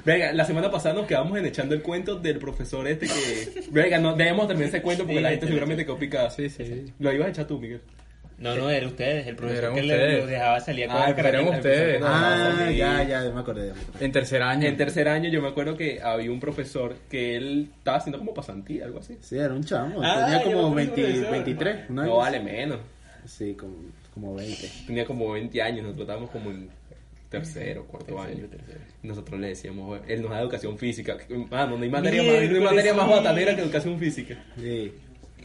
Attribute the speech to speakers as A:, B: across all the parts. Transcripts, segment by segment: A: Venga, la semana pasada nos quedamos en echando el cuento del profesor este que. Venga, no, debemos terminar ese cuento porque la gente seguramente quedó picada. Sí, sí. Lo ibas a echar tú, Miguel.
B: No, no, era ustedes, el profesor
C: Eran
B: que le
C: ustedes.
B: los dejaba salir a
C: Ah,
B: comer
C: eran
B: carajita, el
C: ustedes.
B: profesor
D: Ah, ya, ya, me acordé. ya me acordé.
C: En tercer año.
A: En tercer año yo me acuerdo que había un profesor que él estaba haciendo como pasantía, algo así.
D: Sí, era un chamo.
A: Ah,
D: Tenía
A: yo
D: como
A: no soy
D: 20,
A: profesor.
D: 23. ¿no?
A: No vale menos.
D: Sí, como, como 20.
A: Tenía como 20 años, nosotros estábamos como en tercero, cuarto año. Nosotros le decíamos, él nos da educación física. Mano, no hay materia, más, no hay materia más batanera que educación física.
D: Sí.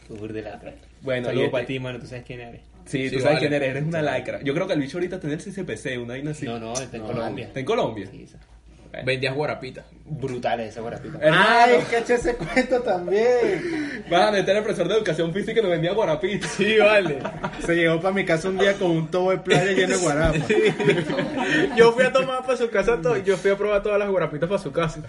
B: que- Ur de la
A: Bueno,
B: Bueno,
A: y
B: saludo
A: este-
B: para ti, mano, tú sabes quién eres.
A: Sí,
C: Sí,
A: tú sabes
C: vale.
A: quién eres, eres una lacra. Yo creo que el bicho ahorita tiene el CCPC, una vaina así.
B: No, no, está en Colombia.
A: ¿Está en Colombia?
B: Sí, esa-
C: Vendías guarapita.
B: Brutal esa guarapita.
A: Hermano,
D: ¡Ay, caché ese cuento también!
A: van a meter al profesor de educación física que nos vendía guarapí.
C: Sí, vale.
D: Se llegó para mi casa un día con un tobo de playa lleno de guarapa.
C: Yo fui a tomar para su casa todo. Yo fui a probar todas las guarapitas para su casa.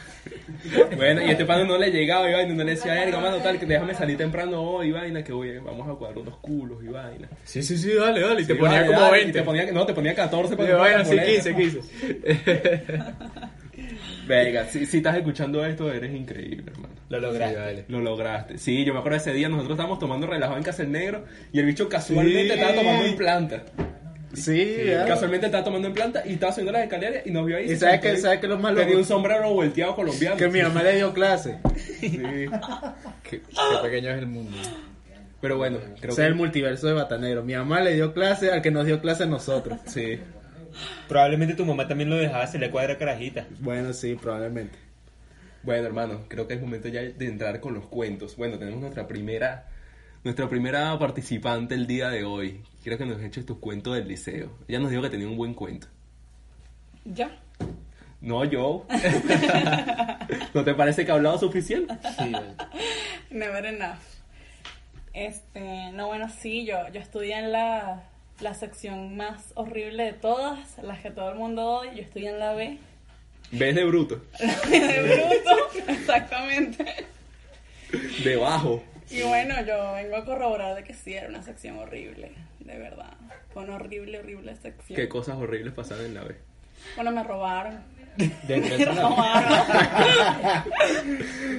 A: Bueno, y este pano no le llegaba, y vaina, no le decía, verga, mano, tal, que déjame salir temprano hoy, vaina, que voy, vamos a cuadrar unos culos, y vaina.
C: Sí, sí, sí, dale, dale. Y te
A: Sí,
C: ponía
A: vale,
C: como
A: dale, y
C: 20.
A: Te ponía, no, te ponía 14
C: Y bueno, sí,
A: comprar
C: 15,
A: boletas.
C: 15.
A: Verga, si, si estás escuchando esto, eres increíble, hermano.
B: Lo lograste.
C: Sí, vale.
A: Lo lograste. Sí, yo me acuerdo ese día, nosotros estábamos tomando relajado en Casa del Negro, y el bicho casualmente
D: Sí.
A: estaba tomando en planta.
D: Sí, ¿verdad?
A: Casualmente estaba tomando en planta y estaba subiendo las escaleras y nos vio ahí.
D: ¿Y
A: se
D: sabes
A: sentó
D: qué-
A: ahí.
D: sabes qué es lo más
A: Tenía
D: loco?
A: un sombrero volteado colombiano.
D: Que mi mamá le dio clase.
A: Sí.
C: qué, pequeño es el mundo.
A: Pero bueno, creo
D: O sea, el
A: que...
D: multiverso de Batanero. Mi mamá le dio clase al que nos dio clase a nosotros.
A: Sí.
B: Probablemente tu mamá también lo dejaba se le cuadra carajita.
D: Bueno, sí, probablemente.
A: Bueno, hermano, creo que es momento ya de entrar con los cuentos. Bueno, tenemos nuestra primera, nuestra primera participante el día de hoy. Quiero que nos eches tus cuentos del liceo. Ella nos dijo que tenía un buen cuento.
E: Ya.
A: No, yo. ¿No te parece que he hablado suficiente?
B: Sí, bueno.
E: Never enough. Este, no, bueno, sí, yo, yo estudié en la, la sección más horrible de todas, las que todo el mundo odia. Yo estudié en la B,
A: Ves de bruto.
E: de bruto, exactamente.
A: Debajo.
E: Y bueno, yo vengo a corroborar de que sí, era una sección horrible, de verdad. Fue una horrible, horrible sección.
A: Qué cosas horribles pasaron en la B.
E: Bueno, me robaron.
B: Dentro
E: Me
B: de la-
E: robaron.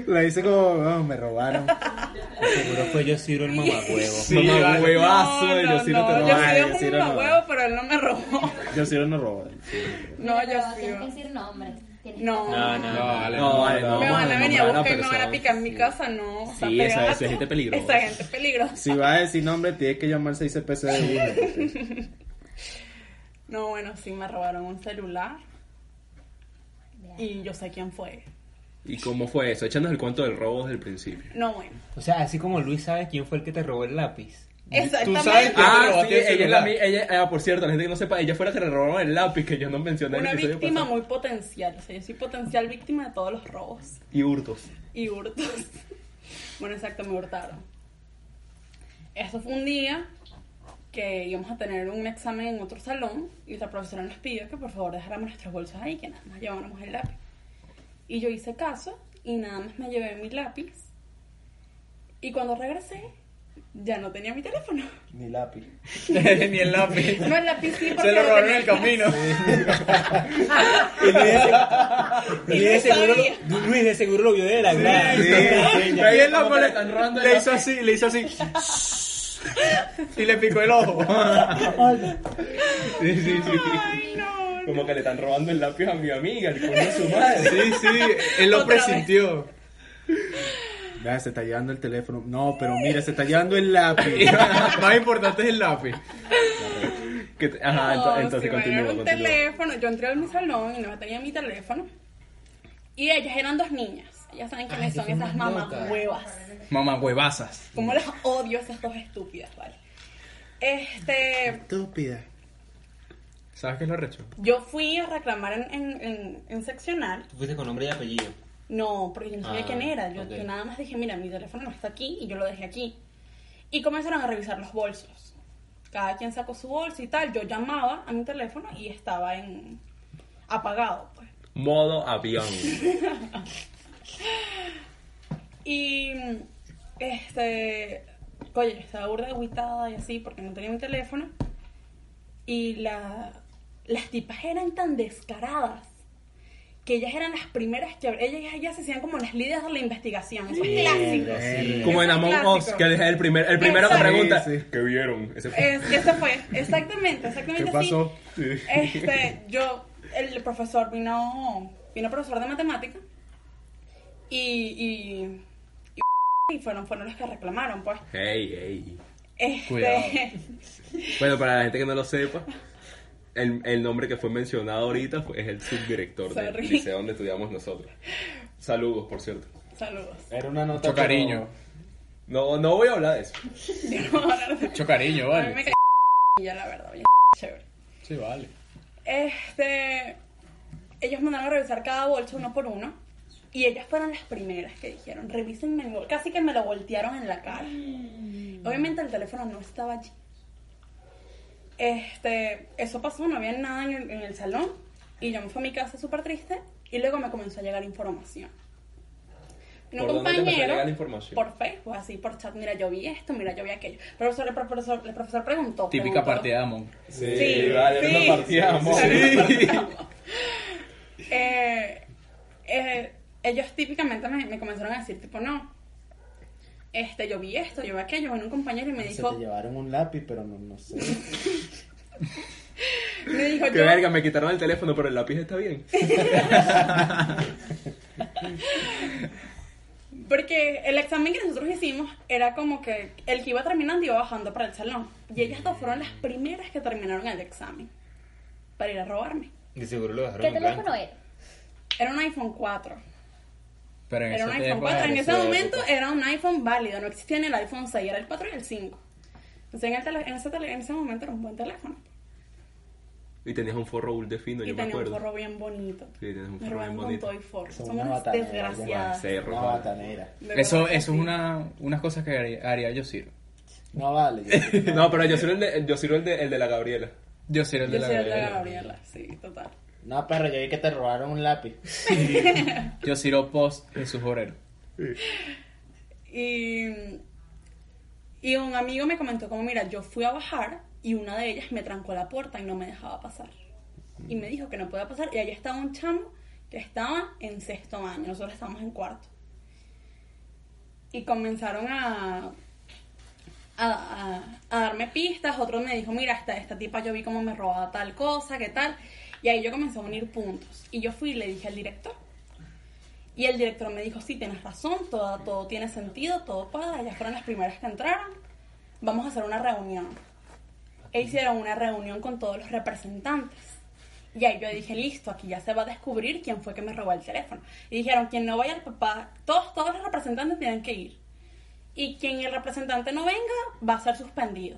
D: La hice como, "Oh, me robaron.
B: Seguro fue yo Ciro el mamacuevo.
A: Sí, vale. huevazo,
E: no,
A: yo sí no te
E: no,
A: robaron,
E: Yo
D: yo
E: sí
D: sí
E: era
D: no
E: un
D: robaron.
E: mamahuevo, pero él no me robó.
D: Yo sí no robé.
E: No, yo
F: Pero
E: sí.
F: Tienes que decir nombres. Tienes
E: No.
B: No, no,
A: No,
B: no.
A: vale,
D: no,
A: vale,
D: no,
A: no,
E: Me
D: vamos
E: van a
A: no,
E: venir a
A: no,
E: buscar y
A: pero
E: me van a
A: son-
E: picar en mi casa, no. o sea,
A: Sí, esa-
E: pegada
A: esa es gente
E: tú.
A: peligrosa.
E: Esa gente peligrosa.
D: Si vas a decir nombre, tienes que llamar 6 CPC de uno. porque-
E: No, bueno, sí, me robaron un celular
F: nombres.
E: y yo sé quién fue.
A: ¿Y cómo fue eso? Échanos el cuento del robo desde el principio.
E: No, bueno.
B: O sea, así como Luis sabe quién fue el que te robó el lápiz.
E: Exactamente.
A: sabes
C: que- te
A: Ah, sí,
C: robaste el
A: ella es la
C: celular.
A: mi- ella, ah, por cierto, la gente que no sepa, ella fue la que le robaron el lápiz que yo no mencioné en el
E: Una
A: episodio
E: víctima
A: pasado.
E: muy potencial. O sea, yo soy potencial víctima de todos los robos
A: Y hurtos.
E: y hurtos. Bueno, exacto, me hurtaron. Eso fue un día que íbamos a tener un examen en otro salón y la profesora nos pidió que por favor dejáramos nuestras bolsas ahí, que nada más lleváramos el lápiz. Y yo hice caso y nada más me llevé mi lápiz. Y cuando regresé, ya no tenía mi teléfono.
D: Ni lápiz.
C: Ni el lápiz.
E: No, el lápiz sí, porque
C: Se lo
E: lo
C: robaron en
E: tenía
C: el camino.
E: Y no sabía.
B: Luis de seguro lo vio de la grada.
C: Ahí en la
A: Como que
C: mole-
A: le están robando el
C: Le
A: lápiz.
C: hizo así, le hizo así. Y le picó el ojo.
A: Sí, sí, sí.
E: Ay, no,
A: Como que le están robando el lápiz a mi amiga, el coño de su madre.
C: Sí, sí, él lo
E: Otra vez.
C: presintió.
D: Vea, se está llevando el teléfono. No, pero mira, se está llevando el lápiz.
C: Más importante es el lápiz.
A: Que te- ajá, Ah, ento-
E: No,
A: entonces
E: sí, bueno,
A: continúa,
E: era un
A: continúa.
E: teléfono, yo entré a mi salón y no tenía mi teléfono. Y ellas eran dos niñas. Ellas saben quiénes
B: Ay,
E: son
B: qué
E: esas
B: más
E: mamás
B: locas.
E: huevas.
C: Mamá huevazas.
E: Cómo las odio esas dos estúpidas, ¿vale? Este,
D: Estúpida.
C: ¿Sabes qué es lo recho?
E: yo fui a reclamar en, en- en- en seccional.
B: Tú fuiste con nombre y apellido.
E: No, porque yo no sabía
B: Ah,
E: quién era. Yo,
B: ok.
E: yo nada más dije, mira, mi teléfono no está aquí y yo lo dejé aquí. Y comenzaron a revisar los bolsos. Cada quien sacó su bolso y tal. Yo llamaba a mi teléfono y estaba en apagado, pues.
A: Modo avión.
E: Y este, oye, yo estaba burda agüitada y así porque no tenía mi teléfono. Y la, las tipas eran tan descaradas que ellas eran las primeras que ellas, ellas se hacían como las líderes de la investigación. Eso es clásico.
D: eh.
B: sí.
A: Como en
E: Eso es
A: Among
E: clásico.
A: Us, que es el, primer, el primero que
E: Exacto.
A: pregunta.
D: Sí, sí.
A: ¿Qué vieron? Ese fue-
E: Es, eso fue, exactamente, exactamente
D: ¿Qué
E: así.
D: pasó?
E: Este, yo, el profesor vino, vino profesor de matemática y, y, y, y fueron, fueron los que reclamaron, pues.
A: Hey, hey.
E: Este,
A: Cuidado. Bueno, para la gente que no lo sepa, el, el nombre que fue mencionado ahorita fue- es el subdirector del
E: Sorry.
A: liceo donde estudiamos nosotros. Saludos, por cierto.
E: Saludos.
D: Era una nota.
C: Mucho cariño.
A: No, no voy a hablar de eso.
E: Yo no voy a hablar de
C: Mucho cariño,
E: A mí
C: vale.
E: me cae ya la verdad, bien chévere.
C: Sí, vale.
E: Este, ellos mandaron a revisar cada bolso uno por uno y ellas fueron las primeras que dijeron, revísenme el bolso. Casi que me lo voltearon en la cara.
A: Mm.
E: Obviamente el teléfono no estaba allí. Este, eso pasó, no había nada en el, en el salón y yo me fui a mi casa súper triste y luego me comenzó a llegar información. Un
A: ¿Por dónde te empezó a
E: compañero
A: llegar la información?
E: por Facebook, así por chat, mira, yo vi esto, mira, yo vi aquello. Pero el profesor, el profesor preguntó.
C: Típica
E: preguntó,
C: parte de Amon.
E: Sí,
A: vale,
E: sí,
A: una partida de amor.
E: sí. Eh, eh, ellos típicamente me, me comenzaron a decir, tipo, no, este, yo vi esto, yo vi aquello, en un compañero y me
D: Se te
E: dijo,
D: llevaron un lápiz, pero no, no sé.
E: me dijo
A: Qué
E: yo,
A: verga, me quitaron el teléfono, pero el lápiz está bien.
E: porque el examen que nosotros hicimos era como que el que iba terminando iba bajando para el salón. Y ellas dos fueron las primeras que terminaron el examen para ir a robarme.
B: De seguro lo dejaron
F: ¿Qué
B: en blanco.
F: teléfono era?
E: Era un iPhone 4.
C: Pero en
E: Era un
C: esa
E: iPhone
C: época-
E: 4. En
C: en
E: ese
C: esa
E: momento
C: época.
E: era un iPhone válido, no existía ni el iPhone 6, era el 4 y el 5. Entonces en, el tele- en ese, tele- en ese momento era un buen teléfono.
A: Y tenías un forro bull de fino,
E: Y
A: yo me
E: tenía un
A: acuerdo.
E: forro bien bonito.
A: Sí, tenías un
E: Me
A: forro bien
E: robaron con
A: bonito.
E: todo y forro.
G: Son
E: Son
G: una
E: unas
G: batanera, ya va.
E: desgraciadas.
A: Sí,
G: Una
A: ropa.
G: batanera.
E: De verdad
C: Eso,
E: que
C: eso es
E: sí.
A: Ah,
C: una, unas cosas que haría, haría yo Ciro.
G: No vale.
A: No, pero yo soy el de, el- yo soy el de, el de la Gabriela.
C: Yo Ciro el de
E: Yo
C: la
E: soy el de la
C: Gabriela.
E: Gabriela, sí, total.
G: No, perro, yo vi que te robaron un lápiz.
C: Yo Ciro post Jesús Borero.
E: Y, y un amigo me comentó como, mira, yo fui a bajar y una de ellas me trancó la puerta y no me dejaba pasar. Y me dijo que no podía pasar y allá estaba un chamo que estaba en sexto año, nosotros estábamos en cuarto. Y comenzaron a, a, a- a darme pistas, otro me dijo, mira, esta, esta tipa yo vi cómo me robaba tal cosa, qué tal. Y ahí yo comencé a unir puntos. Y yo fui y le dije al director. Y el director me dijo, sí, tienes razón, todo, todo tiene sentido, todo cuadra, ellas fueron las primeras que entraron, vamos a hacer una reunión. E hicieron una reunión con todos los representantes. Y ahí yo dije, listo, aquí ya se va a descubrir quién fue que me robó el teléfono. Y dijeron, quien no vaya al papá, todos, todos los representantes tienen que ir. Y quien el representante no venga, va a ser suspendido.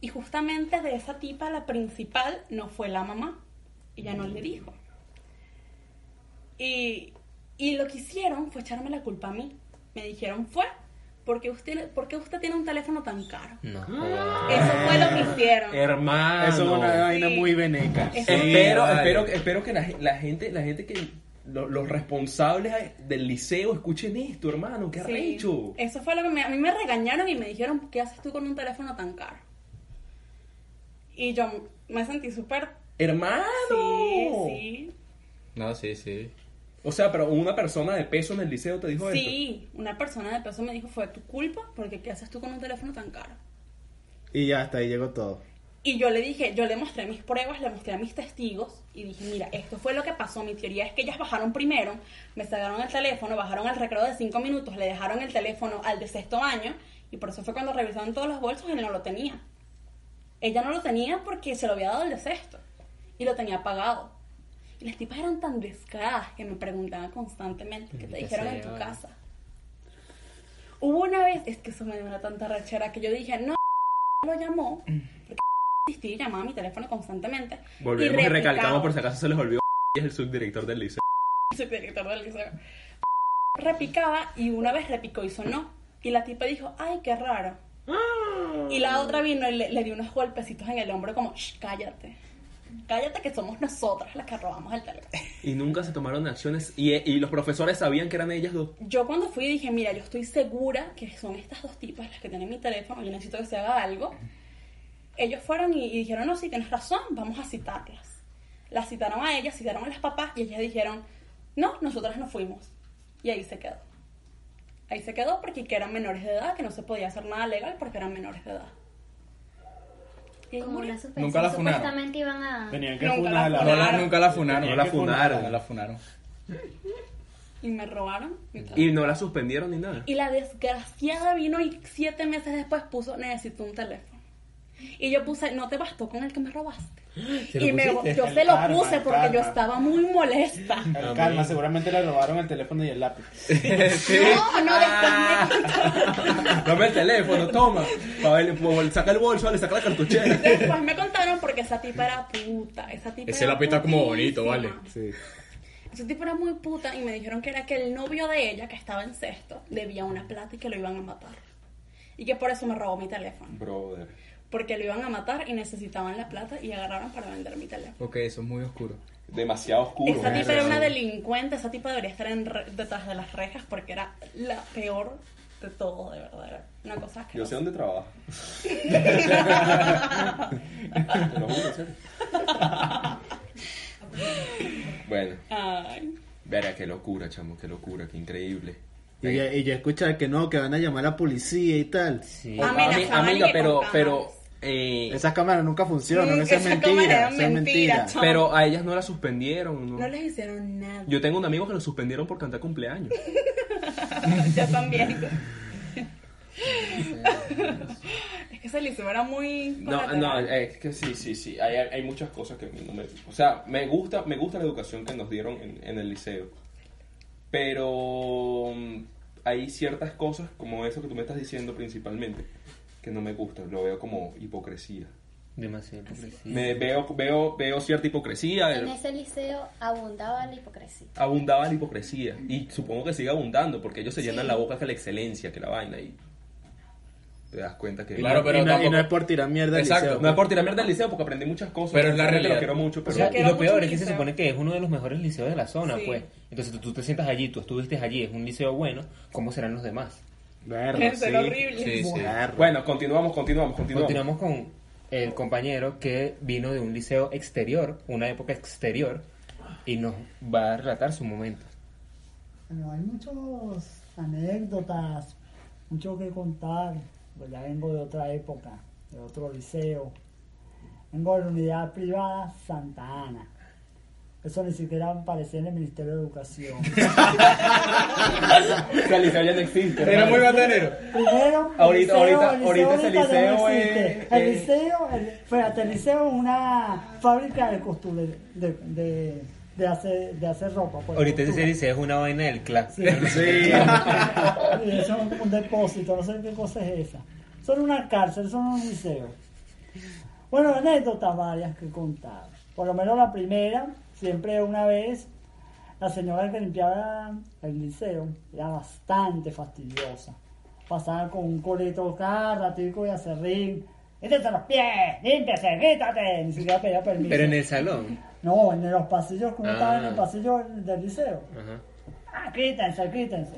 E: Y justamente de esa tipa, la principal, no fue la mamá. Ella no le dijo. Y, y lo que hicieron fue echarme la culpa a mí. Me dijeron, fue, porque usted, ¿por qué usted tiene un teléfono tan caro?
B: No.
E: Eso fue lo que hicieron.
A: Hermano.
D: Eso es una vaina
E: Sí.
D: muy veneca.
E: Eso-
A: Espero,
D: vale.
A: espero, espero que la, ge- la gente, la gente que lo- los responsables del liceo escuchen esto, hermano, qué
E: Sí.
A: arrecho.
E: Eso fue lo que me- a mí me regañaron y me dijeron, ¿qué haces tú con un teléfono tan caro? Y yo me sentí súper...
A: Hermano.
E: Sí, sí.
A: No, sí, sí. O sea, pero una persona de peso en el liceo te dijo esto.
E: Sí, una persona de peso me dijo, fue tu culpa, porque ¿qué haces tú con un teléfono tan caro?
D: Y ya hasta ahí llegó todo.
E: Y yo le dije, yo le mostré mis pruebas, le mostré a mis testigos y dije, mira, esto fue lo que pasó. Mi teoría es que ellas bajaron primero, me sacaron el teléfono, bajaron al recreo de cinco minutos, le dejaron el teléfono al de sexto año y por eso fue cuando revisaron todos los bolsos y él no lo tenía. Ella no lo tenía porque se lo había dado el de sexto y lo tenía pagado. Y las tipas eran tan descaradas que me preguntaban constantemente qué te
B: Ya
E: dijeron
B: sé,
E: en tu
B: ahora.
E: casa. Hubo una vez, es que eso me dio una tanta rechera que yo dije, no, lo llamó insistía y llamaba a mi teléfono constantemente.
A: Volvemos y,
E: replicaba.
A: recalcamos por si acaso se les olvidó. Es el subdirector del liceo.
E: Soy director del liceo. Repicaba y una vez repicó y sonó. Y la tipa dijo, ay, qué raro. Y la otra vino y le, le dio unos golpecitos en el hombro como, "Shh, cállate. Cállate que somos nosotras las que robamos el teléfono.
A: Y nunca se tomaron acciones. Y, eh, y los profesores sabían que eran ellas dos.
E: Yo cuando fui dije, mira, yo estoy segura que son estas dos tipas las que tienen mi teléfono, yo necesito que se haga algo. Ellos fueron y, y dijeron, no, sí, tienes razón, vamos a citarlas. Las citaron a ellas, citaron a las papás y ellas dijeron, no, nosotras no fuimos. Y ahí se quedó. Ahí se quedó porque que eran menores de edad, que no se podía hacer nada legal porque eran menores de edad. Y ahí
F: Como
E: murió.
F: una suspensión.
C: Nunca la funaron.
F: Supuestamente iban a.
D: Tenían que
E: Nunca la
D: funarla.
C: No la,
E: Claro.
C: nunca la funaron.
A: No la funaron.
C: No la funaron.
E: y me robaron mi teléfono.
A: Y no la suspendieron ni nada.
E: Y la desgraciada vino y siete meses después puso, necesito un teléfono. Y yo puse, no te bastó con el que me robaste.
B: lo
E: Y me-
B: pusiste?
E: yo
D: El
E: se lo
D: karma,
E: puse
D: el
E: porque yo
D: karma.
E: estaba muy molesta.
D: Pero Calma, seguramente le robaron el teléfono y el lápiz.
E: No, no, después me
A: Dame el teléfono, toma. Pa' ver, po- saca el bolso, le saca la cartuchera.
E: Después me contaron porque esa tipa era puta. Esa tipa
C: Ese
E: era
C: lápiz está como bonito,
E: putísima.
C: vale.
D: Sí.
E: Esa tipa era muy puta y me dijeron que era que el novio de ella, que estaba en sexto, debía una plata y que lo iban a matar. Y que por eso me robó mi teléfono.
A: Brother.
E: Porque lo iban a matar y necesitaban la plata y agarraron para vender mi teléfono.
C: Ok, eso es muy oscuro.
A: Demasiado oscuro.
E: Esa tipa era una delincuente, esa tipa debería estar en re- detrás de las rejas porque era la peor de todo, de verdad. era Una cosa que.
A: dónde trabaja. ¿eh? Te lo juro, en serio. bueno,
E: Ay.
A: verá qué locura, chamo, qué locura, qué increíble.
D: Y ya, y ya escuchaba que no, que van a llamar a la policía y tal.
B: Sí.
E: Amenazaban
A: Ami-
E: y
A: amiga,
E: que
A: pero,
E: con
A: pero,
E: cámaras.
A: eh,
D: Esas cámaras nunca funcionan,
E: Mm,
D: eso es
E: esas cámaras
D: mentira,
E: eran
D: eso es
E: mentira,
D: mentira.
E: chamo.
A: pero a ellas no la suspendieron. ¿no?
E: No les hicieron nada.
A: Yo tengo un amigo que lo suspendieron por cantar cumpleaños.
E: Yo también. es que ese liceo era muy.
A: No, no,
E: colateral.
A: eh, es que sí, sí, sí. Hay, hay muchas cosas que no me. O sea, me gusta, me gusta la educación que nos dieron en, en el liceo. Pero mm, hay ciertas cosas, como eso que tú me estás diciendo principalmente, que no me gustan. Lo veo como hipocresía.
B: Demasiado
H: Mm.
B: hipocresía.
A: Me veo, veo, veo cierta hipocresía.
F: En ese liceo abundaba la hipocresía.
A: Abundaba la hipocresía. Y supongo que sigue abundando, porque ellos se llenan
F: Sí.
A: la boca que la excelencia, que la vaina. Y te das cuenta que.
D: Y
H: Claro,
D: no-
H: pero
D: y no, y
H: tampoco-
D: no es por tirar mierda al
A: Exacto.
D: liceo,
A: No es
D: pues.
A: por tirar mierda al liceo porque aprendí muchas cosas.
H: Pero es la
A: Obviamente
H: realidad.
A: Lo quiero mucho, pero.
B: O sea,
E: Yo
B: y
E: quiero
B: lo
E: mucho
B: peor
E: mi
B: es que se
E: liceo.
B: supone que es uno de los mejores liceos de la zona,
E: Sí.
B: pues. Entonces tú, tú te sientas allí, tú estuviste allí, es un liceo bueno, ¿cómo serán los demás?
D: Verga,
E: Debe
D: sí.
E: ser horrible.
H: Sí, sí.
D: Verga.
A: Bueno, continuamos, continuamos, continuamos.
B: Continuamos con el compañero que vino de un liceo exterior, una época exterior, y nos va a relatar su momento.
I: Bueno, hay muchas anécdotas, mucho que contar, pues ya vengo de otra época, de otro liceo. Vengo de la unidad privada Santa Ana. Eso ni siquiera aparecía en el Ministerio de Educación.
A: O sea, el liceo ya no existe.
C: Era
A: hermano.
C: muy batanero.
I: Primero, el
A: Ahorita- ahorita-
I: el
A: ahorita ese
I: ahorita no
A: liceo
I: existe.
A: es-
I: El
A: es-
I: liceo, el, espérate, el liceo es una fábrica de costura, de, de, de hacer, de hacer ropa. pues,
B: Ahorita ese
I: costura.
B: liceo es una vaina del clan.
I: Sí.
D: Sí.
I: Y eso es un- un depósito, no sé qué cosa es esa. Son una cárcel, son un liceo. Bueno, anécdotas varias que contar. Por lo menos la primera, siempre una vez, la señora que limpiaba el liceo era bastante fastidiosa. Pasaba con un coleto cada ratico y acerrín. ¡Métete los pies! ¡Límpiase! ¡Quítate! Ni siquiera pedía permiso.
B: Pero en el salón.
I: No, en los pasillos, como
B: Ah.
I: estaba en el pasillo del del liceo.
B: Ajá.
I: Ah, quítense, quítense.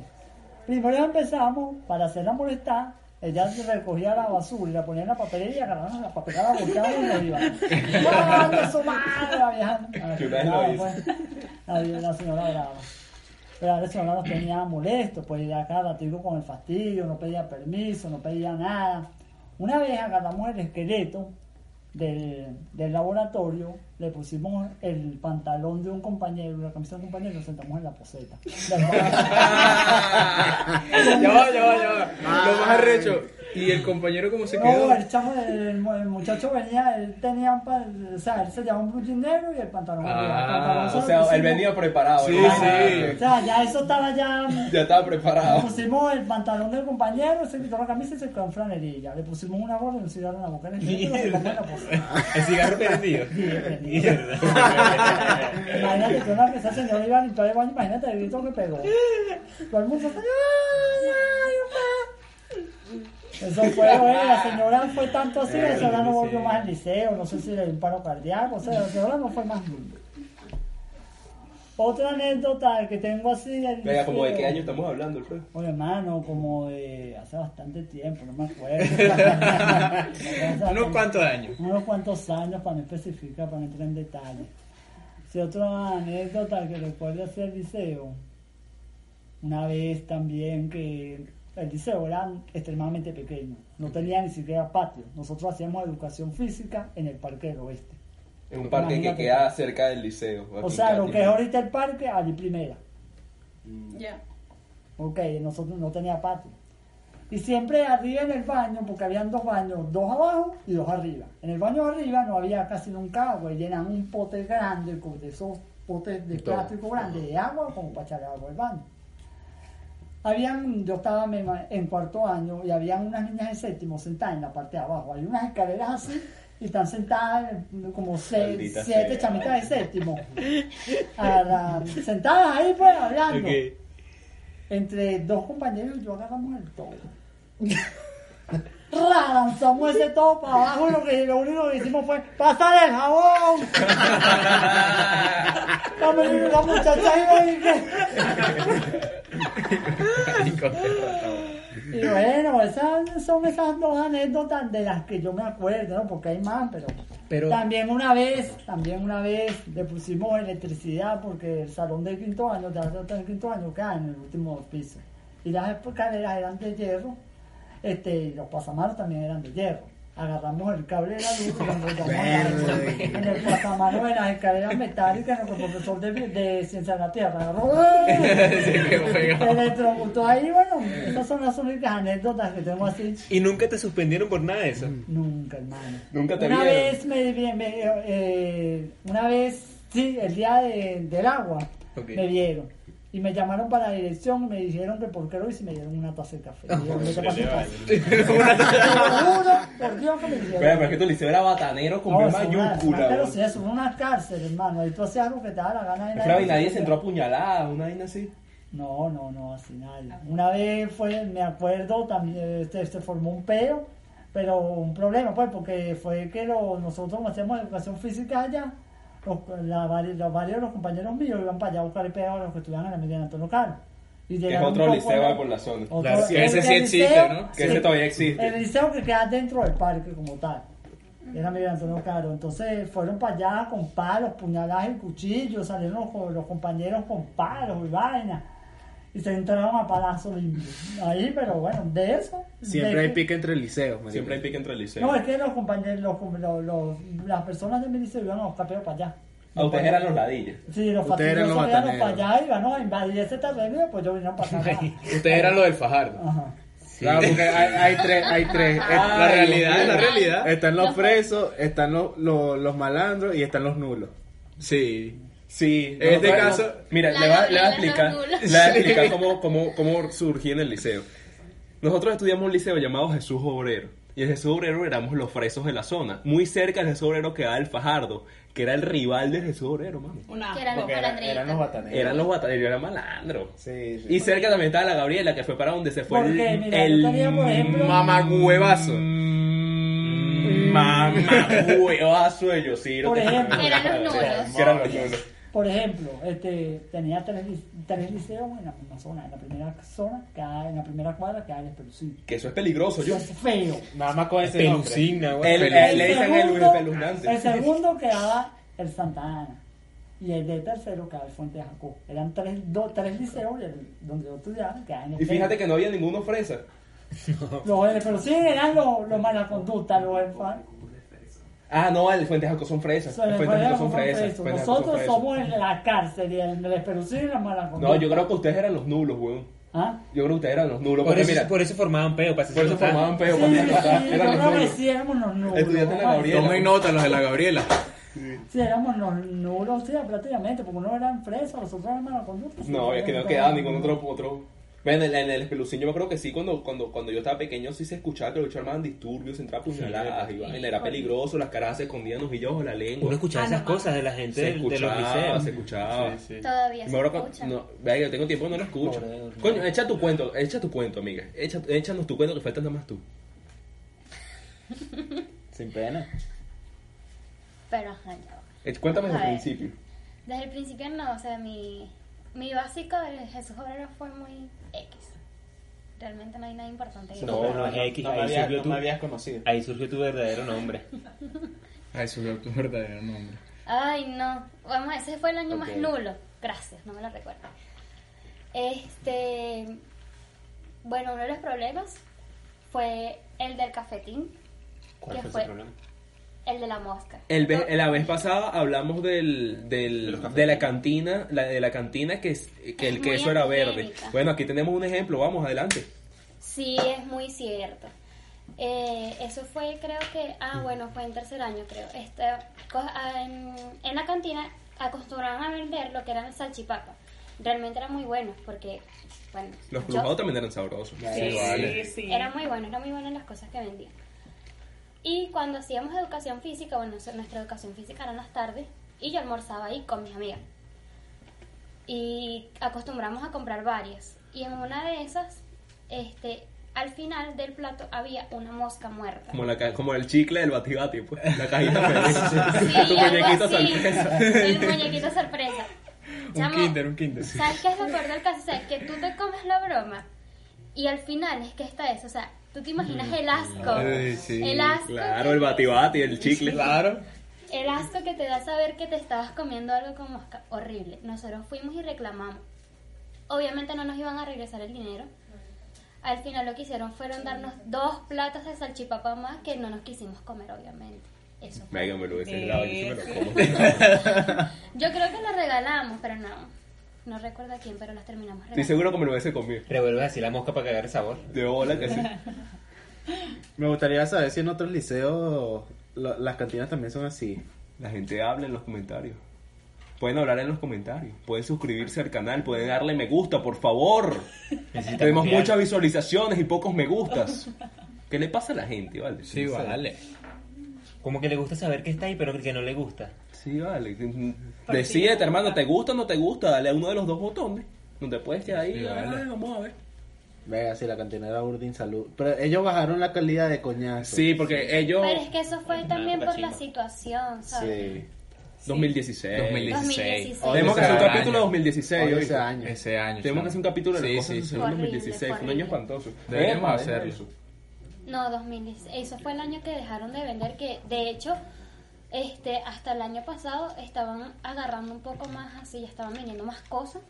I: Primero empezamos, para hacerla molestar, ella se recogía la basura y la ponía en la papelería, agarraba la papelera, la volteaba y la iba. ¡Guarda su madre, la vieja! La
A: Que una vez lo
I: brava,
A: hizo.
I: pues. La, vie- la señora brava. Pero la señora nos tenía molestos, pues ya cada ratico con el fastidio, no pedía permiso, no pedía nada. Una vez agarramos el esqueleto del, del laboratorio, le pusimos el pantalón de un compañero, la camisa de un compañero y lo sentamos en la poseta.
C: Ya va, ya va, ya
D: Ah,
C: va. Lo más arrecho. ¿Y el compañero cómo se quedó?
I: No, el chamo, el, el muchacho venía, él tenía, un pa- o sea, él se llevaba un blue negro y el pantalón. arriba. El pantalón
A: Ah,
I: solo
A: o sea, él
I: pusimos-
A: venía preparado.
C: Sí,
A: hermano.
I: O sea, ya eso estaba ya mm,
A: Ya estaba
I: Le
A: preparado.
I: pusimos el pantalón del compañero, se quitó la camisa y se quedó en flanerilla. Le pusimos una gorra y un cigarro en la boca. Le pusimos una buena posada.
B: El cigarro perdido.
I: Imagínate que una que esa señora iba a limpiar el baño, imagínate el grito que pegó. Todo el mundo se ¡Ay, ay, ay! Eso fue, güey, la señora fue tanto así,
A: Eh,
I: la señora no volvió más al liceo, no sé si le dio un paro cardíaco, o sea, la señora no fue más nunca. Otra anécdota que tengo así del
A: Venga, como de qué
I: liceo.
A: año estamos hablando, pues. Alfredo.
I: Oye, hermano, como de hace bastante tiempo, no me acuerdo.
H: Unos cuantos años.
I: Unos cuantos años para no especificar, para no entrar en detalle. Si otra anécdota que recuerdo hacer el liceo, una vez también que el liceo era extremadamente pequeño, no tenía ni siquiera patio. Nosotros hacíamos educación física en el Parque del Oeste.
A: En un parque que
I: Imagínate.
A: queda cerca del liceo. aquí
I: O
A: en
I: sea, lo
A: Cali.
I: que es ahorita el parque, allí primera.
E: Ya.
I: Ok, nosotros no tenía patio. Y siempre arriba en el baño, porque habían dos baños, dos abajo y dos arriba. En el baño arriba no había casi nunca agua, y llenan un pote grande, con de esos potes de
B: Todo.
I: plástico grande de agua, como para echar agua al baño. Habían, yo estaba me ima- en cuarto año y habían unas niñas de séptimo sentadas en la parte de abajo. Hay unas escaleras así y están sentadas como seis,
A: Maldita
I: siete
A: sea.
I: chamitas de séptimo. Agarra- sentadas ahí pues hablando. Entre dos compañeros y yo agarramos el todo. Ra, Lanzamos ese todo para abajo y lo, que, lo único que hicimos fue pasar el jabón. La, men- la muchacha iba y que- Y bueno, esas son esas dos anécdotas de las que yo me acuerdo, ¿no? Porque hay más, pero...
B: Pero-
I: También una vez, también una vez le pusimos electricidad porque el salón del quinto año, de hasta el quinto año, cae en el último piso. Y las escaleras eran de hierro, este, y los pasamanos también eran de hierro. Agarramos el cable de la luz y lo enrollamos en la- en el pasamano de las escaleras metálicas, nuestro profesor de, de Ciencia de la Tierra agarró. Se le electrocutó ahí, bueno, esas son las únicas anécdotas que tengo así.
B: Y nunca te suspendieron por nada de eso.
I: Nunca, hermano.
A: Nunca te
I: una
A: vieron.
I: vez me, me- me- eh, una vez, sí, el día de- del agua,
B: Ok.
I: me vieron. Y me llamaron para la dirección y me dijeron que por qué lo hice y me dieron una taza de café. Y yo, "¿Qué te pasa, café?". Te lo juro, por Dios que me dijeron.
A: Pero, pero es que tú le hiciste era batanero con B
I: eso fue una-
A: mayúscula.
I: Pero
A: weón.
I: sí, eso fue una cárcel, hermano. Ahí tú hacías algo que te daba la gana. y
A: Es que una vaina, nadie
I: te
A: se entró a puñaladas, una vaina así.
I: No, no, no, así nadie. Una vez fue, me acuerdo, también este, se formó un peo, pero un problema, pues, porque fue que lo- nosotros como hacíamos educación física allá, los, la vari- los varios de los compañeros míos iban para allá a buscar el peo a los que estudiaban en la media de Antonio Carlos. Y
A: Que es
I: llegaron
A: otro
I: un poco
A: liceo
I: a-
A: ahí por la zona.
I: otro-
A: Claro, sí,
I: el-
A: ese sí
I: el
A: existe,
I: liceo,
A: ¿no? Que ese todavía existe.
I: El liceo que queda dentro del parque como tal. Era mi Antonio Caro. Entonces fueron para allá con palos, puñaladas y cuchillos, salieron los, co- los compañeros con palos y vainas. Y se entraron a palazo limpio. Ahí, pero bueno, de eso.
D: Siempre
I: de-
D: hay pique entre liceos, marico.
A: Siempre hay pique entre liceos.
I: No, es que los compañeros, los, los- los- las personas de mi liceo iban a buscar peo para allá.
A: A ustedes eran los ladillas.
I: Sí, los
D: Ustedes eran los
I: fastidiosos eran para
D: bataneros.
I: allá, iban ¿no? a invadir ese terreno y pues yo vinieron para acá.
G: Ustedes eran los del Fajardo.
I: Ajá.
D: Claro, porque hay, hay tres, hay tres. Es-
A: La realidad
D: Dios
A: es la
D: mío.
A: realidad.
D: Están los presos, están los, los, los malandros y están los nulos.
C: Sí.
A: Sí.
C: En este
A: no, no,
C: caso-
A: Mira,
F: La
A: le va, le va a
F: Gabriela
A: explicar,
F: Rangula.
A: le va a explicar cómo, cómo, cómo surgí en el liceo. Nosotros estudiamos un liceo llamado Jesús Obrero. Y en Jesús Obrero éramos los fresos de la zona. Muy cerca del Jesús Obrero quedaba el Fajardo, que era el rival del Jesús Obrero, mano.
E: Una.
F: Que eran los
G: Porque eran, eran los
F: malandritos.
G: bataneros.
A: Eran los bataneros, eran malandros.
D: Sí, sí.
A: Y cerca también estaba la Gabriela, que fue para donde se fue el,
I: Porque, mira, yo
A: el
I: tenía, por ejemplo-
A: mamagüevazo. Mamagüevazo de Yosiro.
I: Por ejemplo.
F: Eran los nulos.
A: Eran los nulos.
I: Por ejemplo, este, tenía tres, li- tres liceos en la misma zona. En la primera zona, cada, en la primera cuadra, cada el Espeluzín.
A: Que eso es peligroso, yo.
I: Eso es feo.
G: Nada más con ese nombre.
B: Pelucina, güey.
A: El-
I: El
A: le dicen el Luis
I: segundo,
A: Espeluznante.
I: el segundo quedaba el Santa Ana. Y el de tercero quedaba el Fuente de Jacob. Eran tres, dos, tres liceos y el- donde yo estudiaba quedaba en el
A: Y fíjate
I: que...
A: que no había ninguna ofensa.
I: Los del Espeluzín eran los, los mala conducta, los enfa-
A: Ah, no, el Fuentes Jaco son fresas.
I: los
A: El Fuentes Jaco
I: enfermos
A: son
I: son
A: fresas.
I: presos.
A: Fuentes Jaco son
I: Nosotros
A: fresas.
I: somos en la cárcel y el, el Espeluzín y la mala conducta.
A: No, yo creo que ustedes eran los nulos, weón.
I: ¿Ah?
A: Yo creo que ustedes eran los nulos.
B: Eh, Por
A: Porque
B: eso,
A: mira,
B: por eso formaban peo. Para
A: por eso formaban peo.
I: Sí,
A: para
I: sí,
A: mí,
I: yo
A: Eran los
I: creo que
A: nulos.
I: sí éramos los nulos.
A: Estudiante en la Gabriela.
C: Tomen nota los de la Gabriela.
I: Sí, éramos los nulos, sí, prácticamente, porque uno eran fresas, los otros eran mala conducta.
A: No, es que no quedaba ningún otro. otro... Bueno, en el, en el espelucín yo me creo que sí, cuando, cuando, cuando yo estaba pequeño sí se escuchaba que los bichos armaban disturbios, entraban puñaladas, y vaina, era peligroso, las caras se escondían los hijos, la
B: Uno
A: lengua.
B: escuchaba
E: Ah,
B: esas
E: no.
B: cosas de la gente
A: Se
B: de, de los
A: escuchaba,
B: liceos.
A: se escuchaba.
F: Todavía
A: Me
F: se
A: acuerdo
F: escucha.
A: cuando- no, vea que yo tengo tiempo, no lo escucho.
B: Pobre Dios.
A: Coño, echa tu cuento, echa tu cuento, amiga. Echa, échanos tu cuento que faltas nada más tú.
G: Sin pena.
F: Pero ajá, ya va.
A: Eh, Cuéntame desde el
F: A ver.
A: principio.
F: Desde el principio no, o sea, mi, mi básico de Jesús Obrero fue muy X. Realmente no hay nada importante. que
B: No, no es X.
G: No me
B: ahí,
G: habías,
B: surgió
G: no me
B: tu,
G: habías conocido.
B: ahí surgió tu verdadero nombre.
C: Ay, subió tu verdadero nombre.
F: Ay, no. Vamos, ese fue el año
A: Ok.
F: más nulo. Gracias, no me lo recuerdo. Este. Bueno, uno de los problemas fue el del cafetín,
B: ¿Cuál
F: ¿Qué
B: fue
F: fue?
B: ese problema?
F: el de la mosca.
A: El ve- la vez pasada hablamos del, del- de la cantina, la, de la cantina que, es- que el
F: Es
A: queso
F: muy
A: era verde.
F: higiénica.
A: Bueno, aquí tenemos un ejemplo, vamos, adelante.
F: Sí, es muy cierto. Eh, eso fue, creo que, ah, bueno, fue en tercer año, creo. Esta, co- ah, en, en la cantina acostumbraban a vender lo que eran salchipapas. Realmente eran muy buenos porque, bueno,
A: Los
F: yo-
A: cruzados también eran sabrosos.
E: Sí,
A: vale.
E: sí, sí.
F: eran muy buenos, eran muy buenas las cosas que vendían. Y cuando hacíamos educación física, bueno, eso- nuestra educación física era en las tardes, y yo almorzaba ahí con mis amigas. Y acostumbramos a comprar varias. Y en una de esas, este, al final del plato había una mosca muerta.
A: Como, la, ca- como el chicle del batibati, pues. La cajita feliz.
F: Sí,
A: tu
F: algo
A: muñequito
F: así.
A: sorpresa.
F: El muñequito sorpresa. Chamo,
C: un kinder.
F: ¿Sabes qué es lo peor del caso? O sea, que tú te comes la broma y al final es que está eso. O sea, tú te imaginas el asco.
C: Ay, sí,
F: el asco.
A: Claro, el batibati, el chicle.
G: Claro.
F: El asco que te da saber que te estabas comiendo algo con mosca. Horrible. Nosotros fuimos y reclamamos. Obviamente no nos iban a regresar el dinero. Al final lo que hicieron fueron darnos dos platos de salchipapa más que no nos quisimos comer, obviamente. Eso fue.
A: Venga, me lo hubiese dado, yo sí me lo como.
F: Yo creo que los regalamos, pero no. No recuerdo a quién, pero los terminamos
A: Estoy
F: regalando.
A: seguro que me lo hubiese comido.
B: Revuelves así la mosca para cagar el sabor.
A: De bola que sí.
D: Me gustaría saber si en otros liceos la- las cantinas también son así.
A: La gente habla en los comentarios. Pueden hablar en los comentarios, pueden suscribirse al canal, pueden darle me gusta, por favor. Tenemos
B: viaje.
A: muchas visualizaciones y pocos me gustas. ¿Qué le pasa a la gente, vale?
B: Sí, vale. Como que le gusta saber que está ahí, pero que no le gusta.
A: Sí, vale. Decídete, hermano, ¿te gusta o no te gusta? Dale a uno de los dos botones. No te puedes quedar ahí.
G: Sí, vale.
A: "Ay, vamos a ver.
D: Venga, sí, la cantinera Urdin Salud. Pero ellos bajaron la calidad de coñazo.
A: Sí, porque ellos.
F: Pero es que eso fue también por la
G: chimba.
F: situación, ¿sabes?
D: Sí.
A: 2016.
F: 2016.
A: Tenemos que hacer un
G: Ese
A: capítulo de
G: año.
A: 2016.
D: Ese
A: ¿oíste?
D: año.
G: Ese año.
A: Tenemos que hacer un capítulo de
G: Sí,
A: las cosas
G: sí,
A: que
G: sí.
A: sucedieron en
F: Horrible,
A: 2016. Fue un año
F: horrible.
A: espantoso.
G: Deberíamos
A: Epa,
G: hacerlo.
A: eso.
F: No, 2016. Eso fue el año que dejaron de vender, que de hecho, este, hasta el año pasado estaban agarrando un poco más así, ya estaban vendiendo más cosas,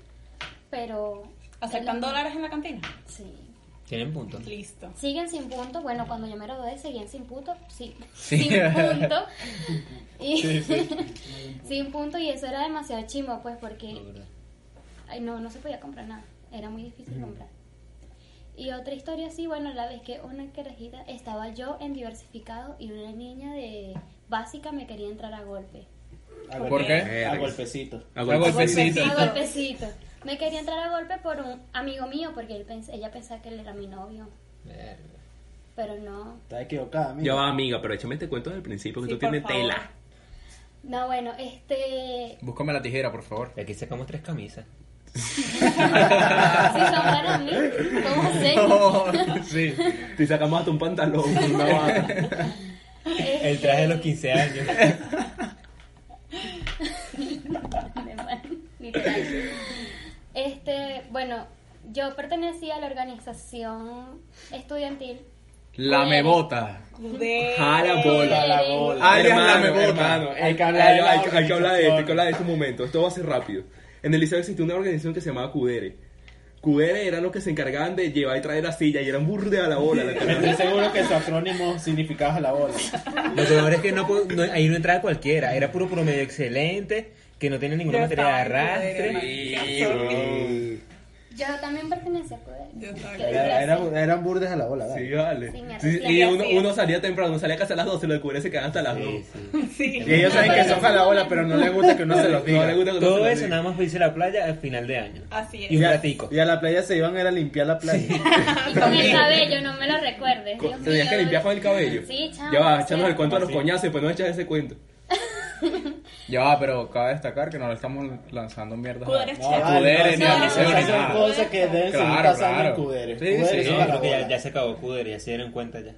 F: pero...
E: ¿Aceptan
F: el-
E: dólares en la cantina?
F: Sí.
B: Tienen punto.
E: Listo.
F: Siguen sin punto, bueno, cuando yo me gradué seguían sin punto, sí, sin punto. Y, sin punto y eso era demasiado chimo, pues porque ay, no, no se podía comprar nada, era muy difícil comprar. Y otra historia sí, bueno, la vez que una carajita estaba yo en diversificado y una niña de básica me quería entrar a golpe.
G: ¿Por qué?
D: A
G: golpecito.
A: A
G: A
A: golpecito.
G: golpecito.
F: A golpecito. Me quería entrar a golpe por un amigo mío porque él pens- ella pensaba que él era mi novio,
B: Verga.
F: pero no,
D: Está equivocada,
A: Ya
D: mira.
A: va, amiga, pero échame este cuento del principio que
E: Sí,
A: tú tienes
E: por favor.
A: tela.
F: No, bueno, este.
G: Búscame la tijera, por favor.
B: Y Aquí sacamos tres camisas.
F: Si nombran a mí, ¿cómo sé?
G: sí.
A: Te sacamos hasta un pantalón, una bata.
F: Este,
B: El traje de los 15 años.
F: Literal. Este, bueno, yo pertenecía a la organización estudiantil.
G: La me bota.
E: De...
A: Jala bola.
F: la
G: bola. Alias
A: Hermano,
G: la me bota.
A: hermano,
G: Hay que hablar de la
A: hay- hay- hay que hablar de esto, hay que
G: organización.
A: hablar de este momento. Esto va a ser rápido. En el liceo existía una organización que se llamaba Cudere. Cudere eran los que se encargaban de llevar y traer la silla y eran burde a la bola. la cara.
D: Estoy seguro que su acrónimo significaba la bola.
B: Lo peor es que no, pu- no- ahí no entraba cualquiera. Era puro promedio excelente, que no tenía ninguna
E: Yo
B: materia de
E: estaba en
B: arrastre.
E: Cudere.
F: Yo también pertenecía a CUDE.
E: Yo también.
F: Qué
D: Era-
F: desgracia.
D: era- eran burdes a la bola, ¿verdad?
A: Sí, vale.
F: Sí, me
A: Sí, y
F: arrepiento.
A: uno, uno salía temprano, uno salía a casa a las 12, los de Cudere se quedaban hasta las 2.
B: Sí, sí.
E: Sí.
D: Y ellos saben que son a la bola, pero no les gusta que uno se los
A: No
D: diga.
A: le gusta que
B: Todo
A: uno se
B: eso
A: lo
B: nada más fue irse a la playa al final de año.
E: Así
B: Y un
E: es.
B: ratico.
D: Y a la playa se iban era a limpiar la playa.
F: Y con el cabello, no me lo recuerdes.
A: Co-
F: Dios
A: Tenías
F: mío.
A: que limpiar con el cabello.
F: Sí, chamo,
A: Ya va,
F: sí.
A: echarnos el cuento a los coñazos y pues no echas ese cuento.
G: Ya va, pero cabe destacar que no le estamos lanzando mierda.
E: Cudere es
D: No,
E: chévere.
D: Ah, vale,
G: Cudere,
D: no,
G: ni a
D: no,
G: los
D: esas
G: hombres,
D: son
G: nada.
D: cosas que deben seguir
G: Claro,
D: pasando
G: claro.
D: en Cudere.
G: Sí,
D: Cudere
G: sí,
D: son
B: No,
D: a la
B: creo que ya,
D: bola.
B: ya se acabó Cudere, ya se dieron cuenta ya.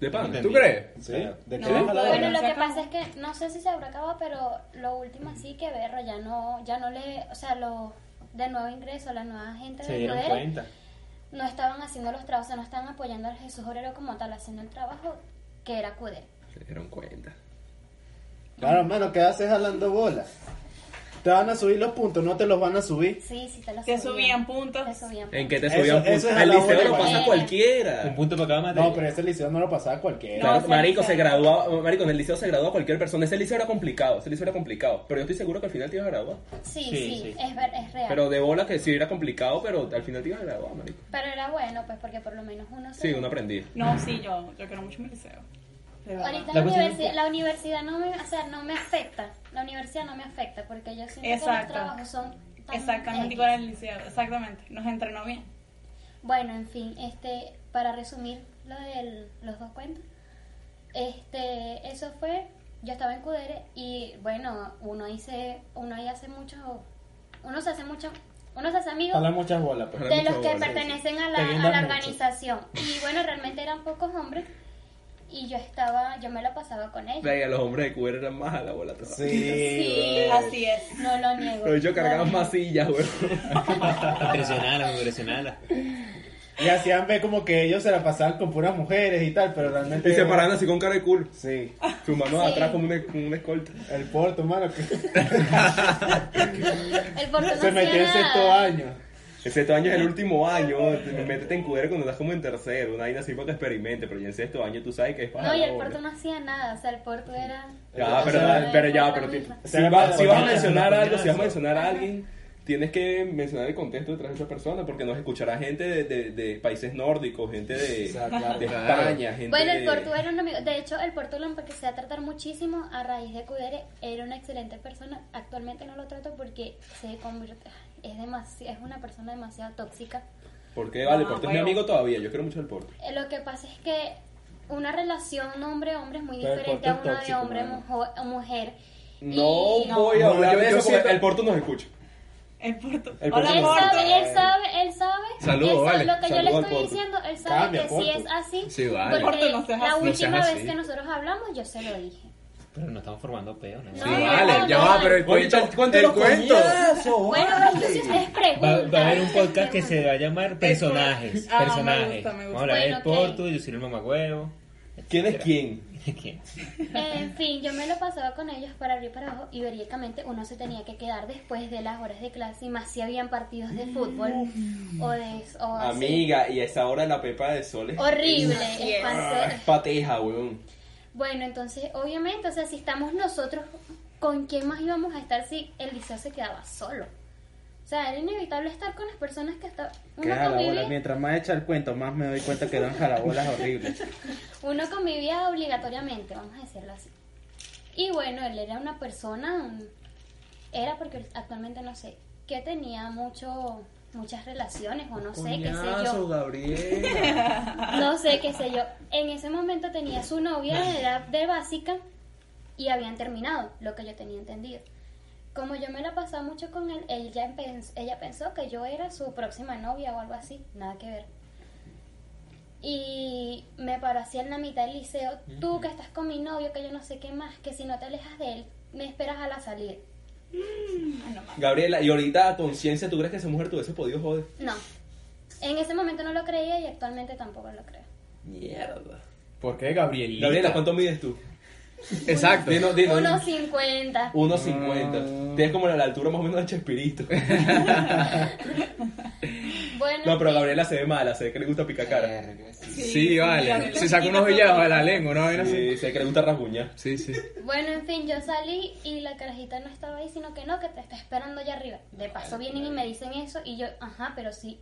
A: De pan.
B: Contento.
G: ¿Tú crees?
D: Sí, ¿De
E: No,
D: qué eran a la
E: bueno,
F: Bueno,
D: bola?
F: lo que
E: Saca-
F: pasa es que no sé si se habrá acabado, pero lo último sí que Berro ya no, ya no le, o sea, los de nuevo ingreso, la nueva gente
B: Se
F: de
B: dieron
F: poder,
B: cuenta.
F: no estaban haciendo los trabajos, o sea, no estaban apoyando al Jesús Obrero como tal, haciendo el trabajo que era CUDE.
A: Se dieron cuenta.
D: Claro, mano, ¿qué haces jalando bolas? Te van a subir los puntos, no te los van a subir.
F: Sí, sí te lo
E: Te
F: subían.
E: subían puntos.
F: Te subían.
A: ¿En qué te
D: Eso-
A: subían
D: eso es
A: puntos?
D: a
A: Al
D: la
A: liceo
D: hora
A: lo pasa
F: de-
B: Un
A: cualquiera.
B: punto para cada materia.
D: No, pero ese liceo no lo pasaba cualquiera.
A: Claro,
E: No,
A: marico, se
E: se
A: graduaba, marico, en el liceo se graduaba cualquier persona. Ese liceo era complicado, ese liceo era complicado. Pero yo estoy seguro que al final te ibas a graduar.
F: Sí,
B: Sí,
F: sí,
B: sí.
F: Es, ver- es real. Pero,
A: Pero de bola que sí era complicado, pero al final te ibas a graduar, marico.
F: era bueno, pues porque por lo menos uno se...
A: Sí, uno aprendía.
E: No, sí, yo, yo quiero mucho mi liceo. De verdad.
F: Ahorita
B: La
F: la,
B: cuestión es
F: universidad, la universidad no me, o sea, no me afecta. La universidad no me afecta porque yo siento que los
E: Exacto.
F: trabajos son tan
E: Exactamente
F: X.
E: igual al liceo. Exactamente. Nos entrenó bien.
F: Bueno, en fin, este, para resumir lo de los dos cuentos, este, eso fue, yo estaba en Cudere y bueno, uno dice, uno ahí hace mucho, uno se hace mucho, uno se hace amigo
D: Jalan muchas bolas, pues. pero.
A: Jalan
F: de los
A: mucho
F: que
A: bola, sí,
F: pertenecen a la,
D: Te
F: a
D: guindan
F: la
D: mucho.
F: organización. Y bueno, realmente eran pocos hombres y yo estaba, yo me la pasaba con ellos.
A: Venga, los hombres de Cudere eran más a la bola. ¿sabes?
D: Sí, bro.
E: Así es.
F: No lo niego.
A: Pero yo cargaba
F: Bueno,
A: más sillas, güey.
B: Impresionada, impresionada.
D: Y hacían ver como que ellos se la pasaban con puras mujeres y tal, pero realmente.
A: Y se paraban así con cara de culo.
D: Sí.
A: Sus manos
F: Sí.
A: atrás como una, como una escolta.
D: El porto, mano, que
F: El portón no
D: se metió
F: hacía
D: en sexto
F: nada.
D: año.
A: El sexto año es el último año, te- métete en cudero cuando estás como en tercero, una vaina así para que experimente, pero ya en sexto año tú sabes que es para
F: No, y
A: la
F: el
A: bola.
F: puerto no hacía nada, o sea, el puerto era...
A: Ya,
D: O
A: pero,
D: sea,
A: pero ya, pero
F: era
A: ti-
F: misma.
A: si, va- si vas a mencionar
B: Coñazo,
A: algo, si vas a mencionar a alguien, tienes que mencionar el contexto detrás de esa persona porque nos escuchará gente de, de- de países nórdicos, gente de, de España, gente
F: Bueno,
A: de-
F: el Portu era un amigo. De hecho, el Portu lo empecé a tratar muchísimo a raíz de que Udere era una excelente persona. Actualmente no lo trato porque se convierte. Es, demasi- es una persona demasiado tóxica.
A: ¿Por qué? Vale,
F: Ah,
A: Porto es
F: bueno.
A: mi amigo todavía, yo quiero mucho al Porto.
F: Eh, Lo que pasa es que una relación hombre-hombre es muy
A: Pero el
F: diferente a
A: Portu es
F: una de
A: tóxico,
F: hombre-mujer.
A: No
F: Y-
A: voy a
F: No,
A: hablar
F: yo-
A: de
F: yo
A: eso porque
F: siento-
A: el Porto nos escucha.
E: El Porto.
A: El
F: Él
A: Porto nos
F: sabe, él sabe, él sabe.
A: Saludos,
F: él sabe
A: vale.
F: Lo que
A: Saludos
F: yo
A: al
F: le estoy
A: Porto.
F: diciendo, él sabe
A: Cambia,
F: que si
A: Porto.
F: es así.
A: Sí, vale.
F: Porque
A: Porto, no seas
F: la
A: así. No
F: última
A: seas
F: vez
A: así.
F: que nosotros hablamos, yo se lo dije.
B: Pero no estamos formando peos. ¿no?
F: Sí,
G: vale, ya va, pero el
B: Oye,
G: cuento-
B: tal- ¿cuánto
G: el
B: los
G: cuento.
B: coñazos,
F: Bueno,
B: vale?
F: pero si ustedes
B: Ah, Va,
F: preguntan.
B: va a haber un podcast que se va a llamar Personajes.
F: Ah, me
B: personajes.
F: gusta, me gusta.
B: Vamos a hablar del
F: Bueno, ok.
B: Porto, yo soy el mamagüevo.
A: ¿Quién es quién?
B: ¿Quién?
F: En fin, yo me lo pasaba con ellos para arriba y para abajo y verídicamente uno se tenía que quedar después de las horas de clase y más si habían partidos de fútbol o de o así.
A: Amiga, y a esa hora la pepa de sol es...
F: Horrible,
A: es,
F: espantoso.
A: es pateja, weón.
F: Bueno, entonces obviamente, o sea, si estamos nosotros, ¿con quién más íbamos a estar si el liceo se quedaba solo? O sea, era inevitable estar con las personas que hasta
G: Qué
F: uno
G: jalabolas.
F: convivía,
G: Mientras más echa el cuento, más me doy cuenta que eran jalabolas horribles.
F: uno convivía obligatoriamente, vamos a decirlo así. Y bueno, él era una persona, mm, era porque actualmente no sé, que tenía mucho muchas relaciones o no sé, qué sé yo.
G: Gabriel.
F: no sé qué sé yo. En ese momento tenía su novia de edad de básica y habían terminado, lo que yo tenía entendido. Como yo me la pasaba mucho con él, él ya pens- ella pensó que yo era su próxima novia o algo así, nada que ver. Y me paró así en la mitad del liceo, tú que estás con mi novio, que yo no sé qué más, que si no te alejas de él, me esperas a la salida.
A: Gabriela, y ahorita a conciencia, ¿tú crees que esa mujer tuviese podido joder?
F: No, en ese momento no lo creía y actualmente tampoco lo creo.
A: Mierda.
G: ¿Por qué, Gabriel?
A: Gabriela, ¿cuánto mides tú?
G: Exacto. Ah.
A: Dinos, dinos.
F: 1.50.
A: Uh. 1.50. Tienes como la altura más o menos de Chespirito.
F: Bueno,
A: No, pero Gabriela se ve mala, se ve que le gusta picar cara.
G: Sí, vale. Se sacó unos villados de la lengua, ¿no? Era así.
A: Sí, se ve que le gusta rasguñar.
G: Sí, sí.
F: Bueno, en fin, yo salí y la carajita no estaba ahí, sino que no, que te está esperando allá arriba. De paso vienen y me dicen eso y yo, ajá, pero si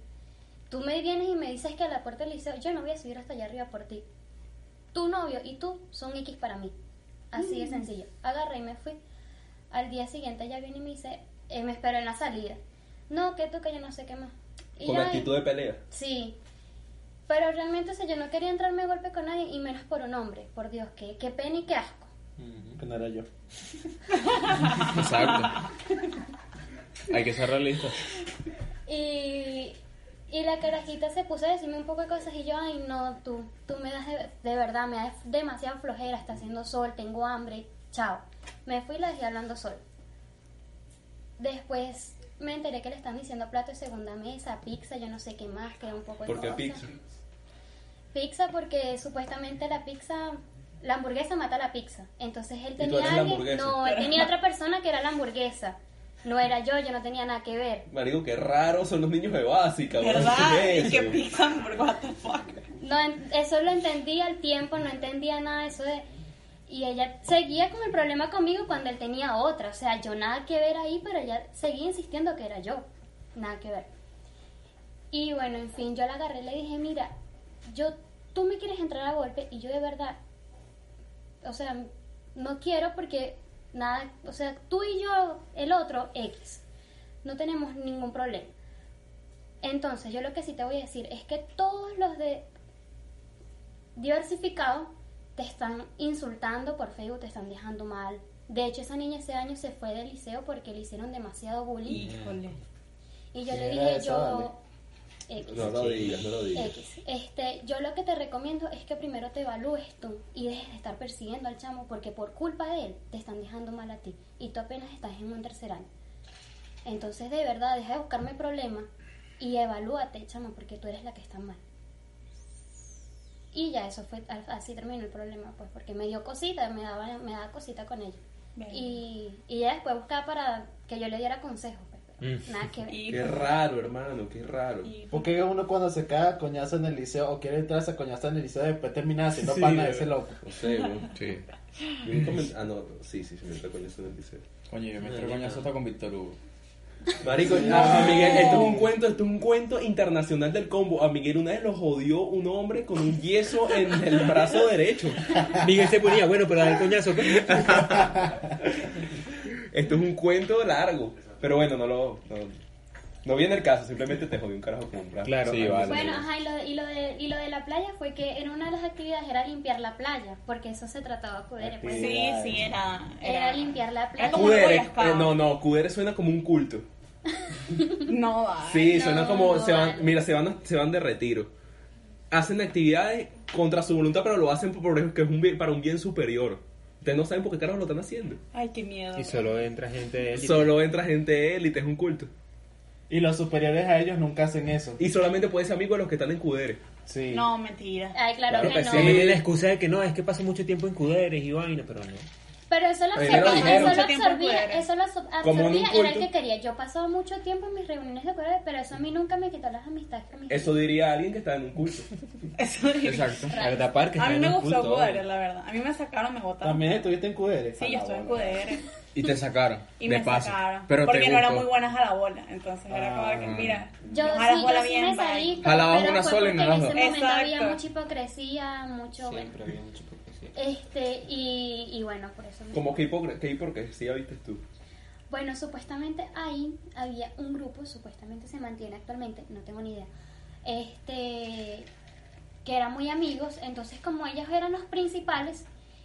F: tú me vienes y me dices que a la puerta del liceo, yo no voy a subir hasta allá arriba por ti. Tu novio y tú son X para mí. Así de sencillo. Agarré y me fui. Al día siguiente ella viene y me dice, eh, me esperó en la salida. No, que tú, que yo no sé qué más. Y
A: Con
F: ya,
A: actitud de pelea.
F: Sí. Pero realmente, o sea, yo no quería entrarme a golpe con nadie y menos por un hombre. Por Dios, qué, qué pena y qué asco.
G: Que no era yo. Exacto. Hay que ser realistas.
F: Y, y la carajita se puso a decirme un poco de cosas y yo, ay, no, tú, tú me das de, de verdad, me das demasiada flojera, está haciendo sol, tengo hambre, chao. Me fui y la dejé hablando sol. Después me enteré que le están diciendo plato de segunda mesa, pizza, yo no sé qué más, que un poco de
A: ¿Por qué
F: cosas.
A: pizza?
F: Pizza porque supuestamente la pizza, la hamburguesa mata la pizza. Entonces él
A: tú
F: tenía
A: eres la
F: alguien,
A: hamburguesa.
F: no, él tenía otra persona que era la hamburguesa. No era yo, yo no tenía nada que ver.
A: Marico, qué raros son los niños de básica, weón.
E: ¿Verdad?
A: ¿Qué
E: Y
A: es
E: que
A: eso?
E: pican por what the fuck.
F: No, en- eso lo entendía al tiempo, no entendía nada de eso de... Y ella seguía con el problema conmigo cuando él tenía otra. O sea, yo nada que ver ahí, pero ella seguía insistiendo que era yo. Nada que ver. Y bueno, en fin, yo la agarré y le dije, mira, yo, tú me quieres entrar a golpe y yo de verdad, o sea, no quiero porque nada, o sea, tú y yo, el otro, X, no tenemos ningún problema. Entonces, yo lo que sí te voy a decir es que todos los de diversificado te están insultando por Facebook, te están dejando mal. De hecho, esa niña ese año se fue del liceo porque le hicieron demasiado bullying.
E: Híjole.
F: Y yo le
G: Mierda,
F: dije,
G: esa,
F: yo... X.
A: No lo digas, no lo digas.
F: X. Este, yo lo que te recomiendo es que primero te evalúes tú y dejes de estar persiguiendo al chamo porque por culpa de él te están dejando mal a ti y tú apenas estás en un tercer año. Entonces, de verdad, deja de buscarme problemas y evalúate, chamo, porque tú eres la que está mal. Y ya eso fue, al- así terminó el problema, pues, porque me dio cosita, me daba, me daba cosita con ella.
E: Verga.
F: Y, y ella después buscaba para que yo le diera consejos, pues, pero nada que ver.
E: Híjole.
A: Qué raro, hermano, qué raro.
D: Porque uno cuando se cae a coñazo en el liceo o quiere entrarse a coñazo en el liceo después termina haciendo
A: Sí,
D: pana de
A: weón.
D: ese loco.
A: No sé, weón.
G: Sí.
A: Vi un coment- Ah, no, sí, sí, se me está coñando en el liceo.
G: Coño, yo me estoy coñazo hasta con Víctor Hugo.
A: Marico, a, a Miguel, esto es un cuento, esto es un cuento internacional del combo. A Miguel una vez lo jodió un hombre con un yeso en el brazo derecho.
B: Miguel se ponía, bueno, pero dale el coñazo. pues.
A: Esto es un cuento largo. Pero bueno, no lo. No, no viene el caso, simplemente te jodí un carajo con un brazo.
B: Claro.
A: sí, vale.
F: Bueno, ajá, y lo, y, lo de, y lo de la playa fue que en una de las actividades era limpiar la playa, porque eso se trataba Cudere. Pues,
E: Sí, sí, era.
F: Era limpiar la playa.
E: Era como una
A: Cudere,
E: Boy Scout.
A: eh, no, no, Cudere suena como un culto.
E: No ah. va.
A: Sí, suena
F: no,
A: como
F: no
A: se van,
F: vale.
A: mira, se van, se van de retiro. Hacen actividades contra su voluntad, pero lo hacen porque es un bien- para un bien superior. Ustedes no saben por qué carajo lo están haciendo.
E: Ay, qué miedo.
B: Y solo entra gente de élite.
A: Solo entra gente élite, es un culto.
D: Y los superiores a ellos nunca hacen eso.
A: Y solamente puede ser amigo de los que están en Cudere.
D: Sí.
E: No, mentira.
F: Ay, claro,
A: Claro
F: que,
A: que
F: no.
B: Se
A: sí.
B: meten la excusa de que no, es que paso mucho tiempo en cuderes y vaina, pero no.
F: Pero eso lo
A: Oye,
F: absorbía,
A: pero dijeron.
F: eso lo
E: Mucho tiempo en
F: absorbía,
E: Cudere.
F: eso lo absor-
A: Como en un
F: absorbía, era el
A: culto.
F: que quería. Yo pasaba mucho tiempo en mis reuniones de cuerda, pero eso a mí nunca me quitó las amistades que me
A: Eso diría alguien que está en un culto.
E: Eso diría.
G: Exacto.
B: La verdad, Parque
E: A
B: está
E: mí
B: en
E: me
B: un
E: gustó
B: culto,
E: Cudere, la verdad. A mí me sacaron, me botaron.
D: También estuviste en Cudere.
E: Sí, yo estuve en Cudere.
G: Y te sacaron.
E: Y
G: de
E: me
G: paso.
E: sacaron.
G: Pero te
E: porque no eran
G: gustó.
E: muy buenas a la bola. Entonces era como que, mira,
F: Yo
E: no
F: sí,
E: jalas
F: yo
E: bola
F: sí
E: bien,
F: me
E: bye.
F: salí,
G: Jalabas
F: pero
G: una
F: fue
G: sola y no
F: porque
G: las dos.
F: En ese momento había
E: Exacto.
F: mucha hipocresía, mucho, bueno,
B: Siempre había mucho hipocresía.
F: este, y, y bueno, por eso me...
A: Como que hipocre- que hipocresía viste tú.
F: Bueno, supuestamente ahí había un grupo, supuestamente se mantiene actualmente, no tengo ni idea, este, que eran muy amigos, entonces como ellos eran los principales,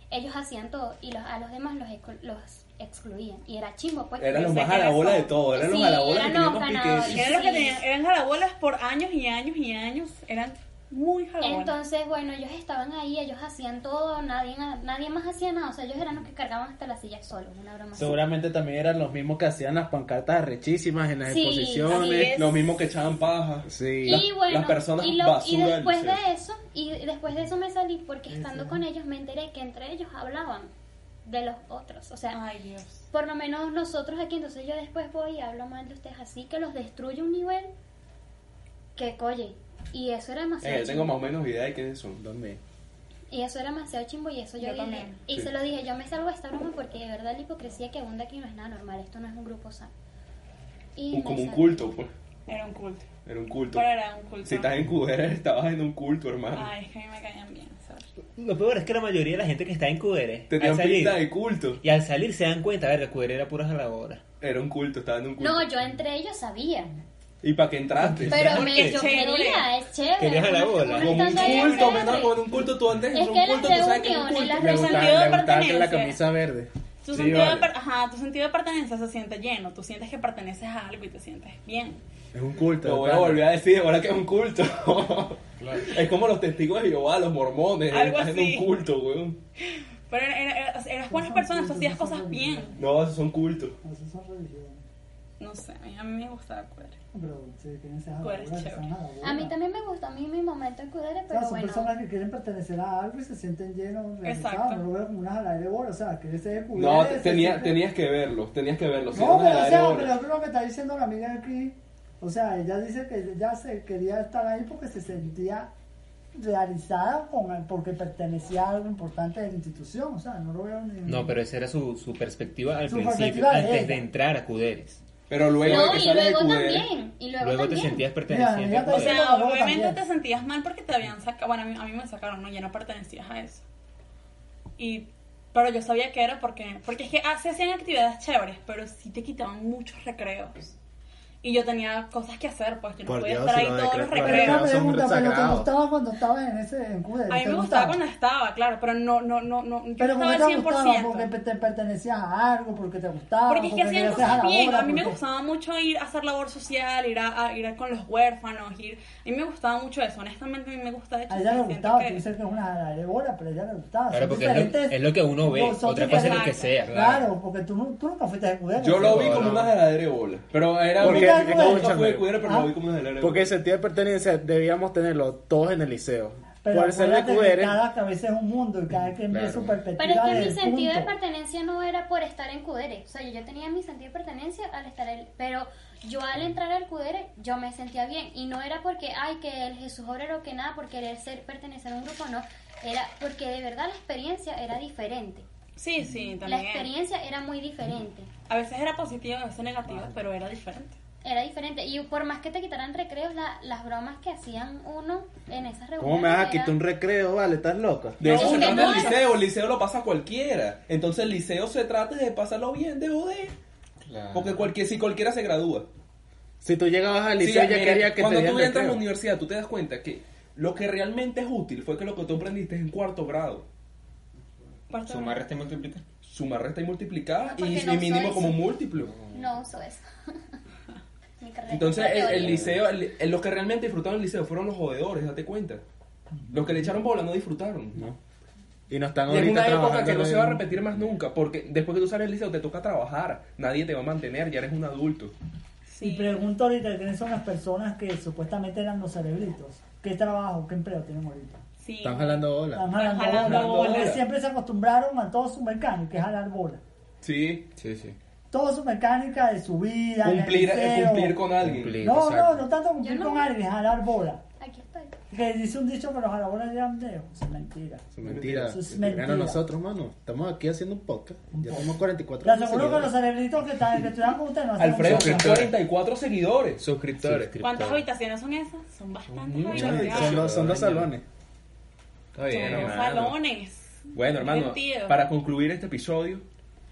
F: ellos hacían todo y los, a los demás los, exclu- los excluían. Y era chimbo, pues.
A: Eran
F: yo
A: los
F: sé
A: más
F: que era
A: jalabolas de
F: eso.
A: todo. Eran los
F: Sí,
A: jalabolas que
F: eran
A: tenían
F: los
A: más
F: ganadores.
A: piquete.
E: Eran los que
F: Sí.
E: tenían, eran jalabolas por años y años y años. Eran muy jalabolas.
F: Entonces, bueno, ellos estaban ahí, ellos hacían todo, nadie, nadie más hacía nada, o sea, ellos eran los que cargaban hasta las sillas solos, una broma. así.
D: Seguramente también eran los mismos que hacían las pancartas arrechísimas en las
F: Sí,
D: exposiciones.
E: así es.
A: Los mismos que echaban paja.
D: Sí.
F: Y
A: Las-
F: bueno,
A: las personas
F: y, lo- y
A: basura del
F: después
A: liceo.
F: de eso, y después de eso me salí porque estando con ellos me enteré que entre ellos hablaban de los otros, o sea,
E: Ay, Dios.
F: por lo menos nosotros aquí, entonces yo después voy y hablo mal de ustedes, así que los destruye un nivel que coye. Y eso era demasiado
A: Eh, yo tengo
F: chimbo.
A: más o menos idea de quiénes son. ¿Dónde?
F: Y eso era demasiado chimbo y eso yo,
E: Yo
F: dije.
E: también.
F: Y
A: Sí.
F: se lo dije, yo me salgo de esta broma porque de verdad la hipocresía que abunda aquí no es nada normal, esto no es un grupo sano. Y
A: Un-
F: me
A: como un
F: salí.
A: culto, pues.
E: Era un culto.
A: Era un culto.
E: Pero era un culto.
A: Si estás en Cudera, estabas en un culto, hermano.
E: Ay, es que a mí me caían bien. ¿sabes?
B: Lo peor es que la mayoría de la gente que está en cuderes,
A: Te
B: al
A: tenían
B: salir,
A: pinta de culto.
B: y al salir se dan cuenta, a ver, cuderes era pura jalabora.
A: Era un culto, estaba en un culto.
F: No, yo entre ellos sabía.
A: ¿Y para qué entraste?
F: Pero
B: ¿Por
F: me,
B: qué?
F: yo
E: Chévere.
F: quería, es chévere.
B: Querías a la
F: Uno-
B: bola.
F: uno
A: Como un
F: estando ahí es
A: culto,
F: chévere.
A: menor, como un culto, tú andes
F: pues, Es
A: en un
F: que
A: culto,
F: las
A: tú sabes que es un
F: reuniones,
A: culto.
F: las
D: Le
E: Sentido
D: gustaba,
E: de
D: le gustaba que la
E: pertenencia.
D: camisa verde.
E: Tu,
A: Sí,
E: sentido de
A: vale.
E: per- Ajá, tu sentido de pertenencia se siente lleno. Tú sientes que perteneces a algo y te sientes bien.
D: Es un culto.
A: Lo
D: de
A: voy a
D: pana.
A: volver a decir, ahora que es un culto. Es como los testigos de Jehová, los mormones.
E: Algo
A: estás
E: así.
A: en un culto, weón.
E: Pero era- era- eras, eras buenas personas, tú hacías cosas bien.
A: No, esos son cultos.
I: Esas son religiones.
E: No sé, a mí, a mí me gustaba cuadrar.
I: Pero si quieren ser
E: Tú eres
I: jalabolas, que
E: chévere.
I: sean jalabolas.
F: A mí también me gustó a mí mi momento en Cudere,
I: O sea,
F: pero
I: son
F: bueno.
I: personas que quieren pertenecer a algo y se sienten llenos, realizados.
E: Exacto.
I: No lo veo como una jalada de bola, o sea, que ese es
A: No,
I: culero, ese
A: tenía-
I: siempre-
A: tenías que verlos, tenías que verlos.
I: No,
A: Era
I: pero
A: una
I: o
A: edad de
I: sea,
A: oro.
I: pero es lo que está diciendo la amiga aquí. O sea, ella dice que ya se quería estar ahí porque se sentía realizada con, porque pertenecía a algo importante de la institución. O sea, no lo veo ni.
B: No, pero esa era su, su perspectiva al
I: Su
B: principio,
I: perspectiva de
B: antes
I: ella.
B: de entrar a cuderes.
A: Pero luego de
F: No,
A: que
F: y
A: sales de
F: luego
A: Cudere,
F: también. Y luego,
B: Luego te
F: también.
B: sentías
I: Mira,
B: perteneciente
I: ya
B: a
I: te
E: O
B: cuderes.
I: Pero
E: sea,
I: luego
E: obviamente
I: también.
E: te sentías mal porque te habían sacado. Bueno, a mí, a mí me sacaron, ¿no? Ya no pertenecías a eso. Y, pero yo sabía que era porque. Porque es que ah, se hacían actividades chéveres, pero sí te quitaban muchos recreos. Y yo tenía cosas que hacer, pues yo no
G: Por
E: podía
G: Dios,
E: estar ahí
G: si lo
E: todos
G: de
E: los
G: recreo-
E: recreos.
G: Pero
I: Pero una
G: son
I: pregunta, pero te
G: sagrados.
I: gustaba cuando estabas en ese en Cuba.
E: A mí me gustaba cuando estaba, claro, pero no, no, no, no. Yo
I: Pero
E: no
I: porque
E: estaba
I: te
E: al 100%.
I: gustaba, porque te pertenecías a algo, porque te gustaba.
E: Porque es que hacían
I: querías
E: cosas
I: hacer
E: bien.
I: jalabola,
E: A mí me
I: porque-
E: gustaba mucho ir a hacer labor social, ir a, a- ir a con los huérfanos, ir. A mí me gustaba mucho eso. Honestamente, a mí me gusta de hecho.
I: A ella le
E: siento
I: gustaba,
E: que-
I: tú dices que es una jalada de bola, pero a ella le gustaba.
B: Claro,
I: Son
B: porque es lo,
I: diferentes-
B: es lo que uno ve,
I: no, son
B: otra cosa es lo que
E: diferentes.
B: sea.
I: Claro, porque tú, nu- tú nunca fuiste a Cudere.
A: yo lo vi
B: No,
A: como
B: no.
A: una jaladera de bola. Pero era
I: Porque-
A: Nunca-
I: porque-
A: nunca fui de Cudere, pero
I: Ah.
A: lo vi como una jaladera de bola.
D: Porque el sentido de pertenencia debíamos tenerlo todos en el liceo.
I: Pero
D: Por ser de
I: acuérdate que
D: Cudere,
I: cada cabeza es un mundo y cada quien ve
B: Claro.
I: su perspectiva.
F: Pero es que mi
I: desde el
F: sentido de
I: punto.
F: pertenencia no era por estar en Cudere. O sea, yo, yo tenía mi sentido de pertenencia al estar en. Pero yo al entrar al Cudere, yo me sentía bien. Y no era porque, ay, que el Jesús Obrero, que nada, por querer ser, pertenecer a un grupo, no. Era porque de verdad la experiencia era diferente.
E: Sí, sí,
F: La
E: también.
F: experiencia era muy diferente.
E: A veces era positiva, a veces negativa, pero era diferente.
F: Era diferente. Y por más que te quitaran recreos, la- las bromas que hacían uno en esas reuniones.
D: ¿Cómo me vas a quitar
F: eran-
D: un recreo, vale? ¿Estás loca?
A: De eso
F: No,
A: se
F: que
A: trata
F: no
A: el
F: es.
A: liceo, el liceo lo pasa cualquiera. Entonces el liceo se trata de pasarlo bien, de joder. Porque cualquier, si cualquiera se gradúa.
D: Si tú llegabas al
A: Sí,
D: liceo, ya
A: mira,
D: quería que te
A: cuando
D: dieran
A: tú entras a la
D: recreo.
A: universidad, tú te das cuenta que lo que realmente es útil fue que lo que tú aprendiste es en cuarto grado.
E: Cuarto
B: Sumar, resta y multiplicar.
A: Sumar, resta y multiplicar
F: No,
A: y,
F: Ah, porque no
A: y mínimo
F: soy-
A: como múltiplo.
F: No uso eso. Mi carrera
A: Entonces
F: es
A: el,
F: pura
A: el
F: teoría.
A: liceo, el- el- los que realmente disfrutaron el liceo fueron los jodedores, date cuenta. Los que le echaron bola no disfrutaron.
D: Y no están
A: Y es
D: ahorita
A: una época
D: trabajando
A: que no
D: en-
A: se va a repetir más nunca, porque después que tú sales del liceo te toca trabajar, nadie te va a mantener, ya eres un adulto.
I: Y pregunto ahorita quiénes son las personas que supuestamente eran los cerebritos. ¿Qué trabajo, qué empleo tienen ahorita?
E: Sí.
D: Están jalando bola.
I: Están jalando,
E: Están jalando
I: bola. Porque
A: bola.
I: Siempre se acostumbraron a todo su mecánica, es jalar bola.
A: Sí,
G: Sí, sí.
I: Toda su mecánica de su vida. en el
A: cumplir, eh,
I: liceo.
A: cumplir con alguien.
G: Cumplir.
I: No,
G: Exacto.
I: no, no tanto cumplir
F: Yo no.
I: con alguien, es jalar bola.
F: Aquí estoy.
I: Que dice un dicho que los jalabolas llegan lejos. Es mentira.
D: Eso es mentira.
I: Eso es
D: Que llegaron
I: mentira.
D: nosotros, mano. Estamos aquí haciendo un podcast. Ya tenemos 44
I: Te aseguro que los
D: seguidores.
I: cerebritos que, están, que estudian con ustedes no hacen
A: Alfredo,
I: un
A: son
I: podcast.
A: 44 seguidores.
G: Suscriptores.
E: ¿Cuántas habitaciones son esas? Son bastantes
A: Muchas
E: habitaciones.
D: Son los, son los salones.
G: Está bien,
E: Son los
G: hermano.
E: salones.
A: Bueno, hermano,
E: Divertido.
A: para concluir este episodio,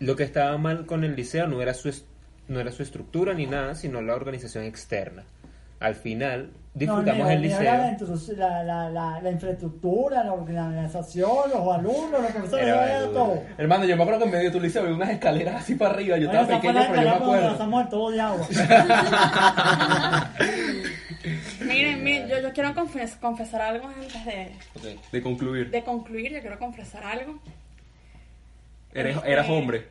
B: Lo que estaba mal con el liceo no era su, es- no era su estructura ni nada, sino la organización externa. Al final, disfrutamos
I: No,
B: el
I: ni- ni hablar
B: liceo.
I: de intrus- La, la, la, la infraestructura, la organización, los alumnos, los profesores,
B: Era
I: era
B: verdura.
I: todo.
A: hermano, yo me acuerdo que en medio de tu liceo había unas escaleras así para arriba, yo
I: Bueno,
A: estaba
I: esa fue
A: pequeño,
I: la
A: pero yo me
I: escalera cuando
A: acuerdo.
I: lanzamos el tubo de agua.
E: Miren, miren, yo, yo quiero confes- confesar algo antes de,
A: De concluir,
E: de concluir. Yo quiero confesar algo.
A: eres, eras hombre.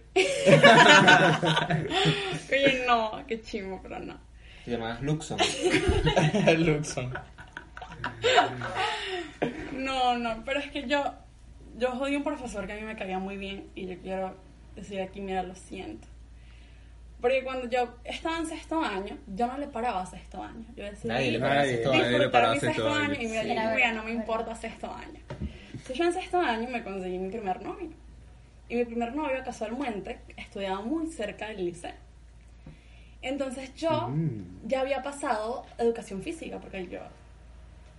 E: Oye, no, qué chimo, pero no.
B: Te llamabas Luxon.
G: Luxon.
E: No, no, pero es que yo, yo jodí a un profesor que a mí me caía muy bien y yo quiero decir aquí, mira, lo siento. Porque cuando yo estaba en sexto año, yo no le paraba a sexto año. Yo decía,
B: Nadie le
E: "Ay,
B: paraba a sexto año".
G: Nadie le
E: disfrutar
G: paraba
E: mi
G: a sexto
E: sexto año.
G: año.
E: Y mira,
F: Sí.
E: yo dije,
F: Era
E: mira, no me
F: verdad.
E: importa sexto año. Entonces yo en sexto año me conseguí mi primer novio. Y mi primer novio, casualmente, estudiaba muy cerca del liceo. Entonces yo ya había pasado educación física, porque yo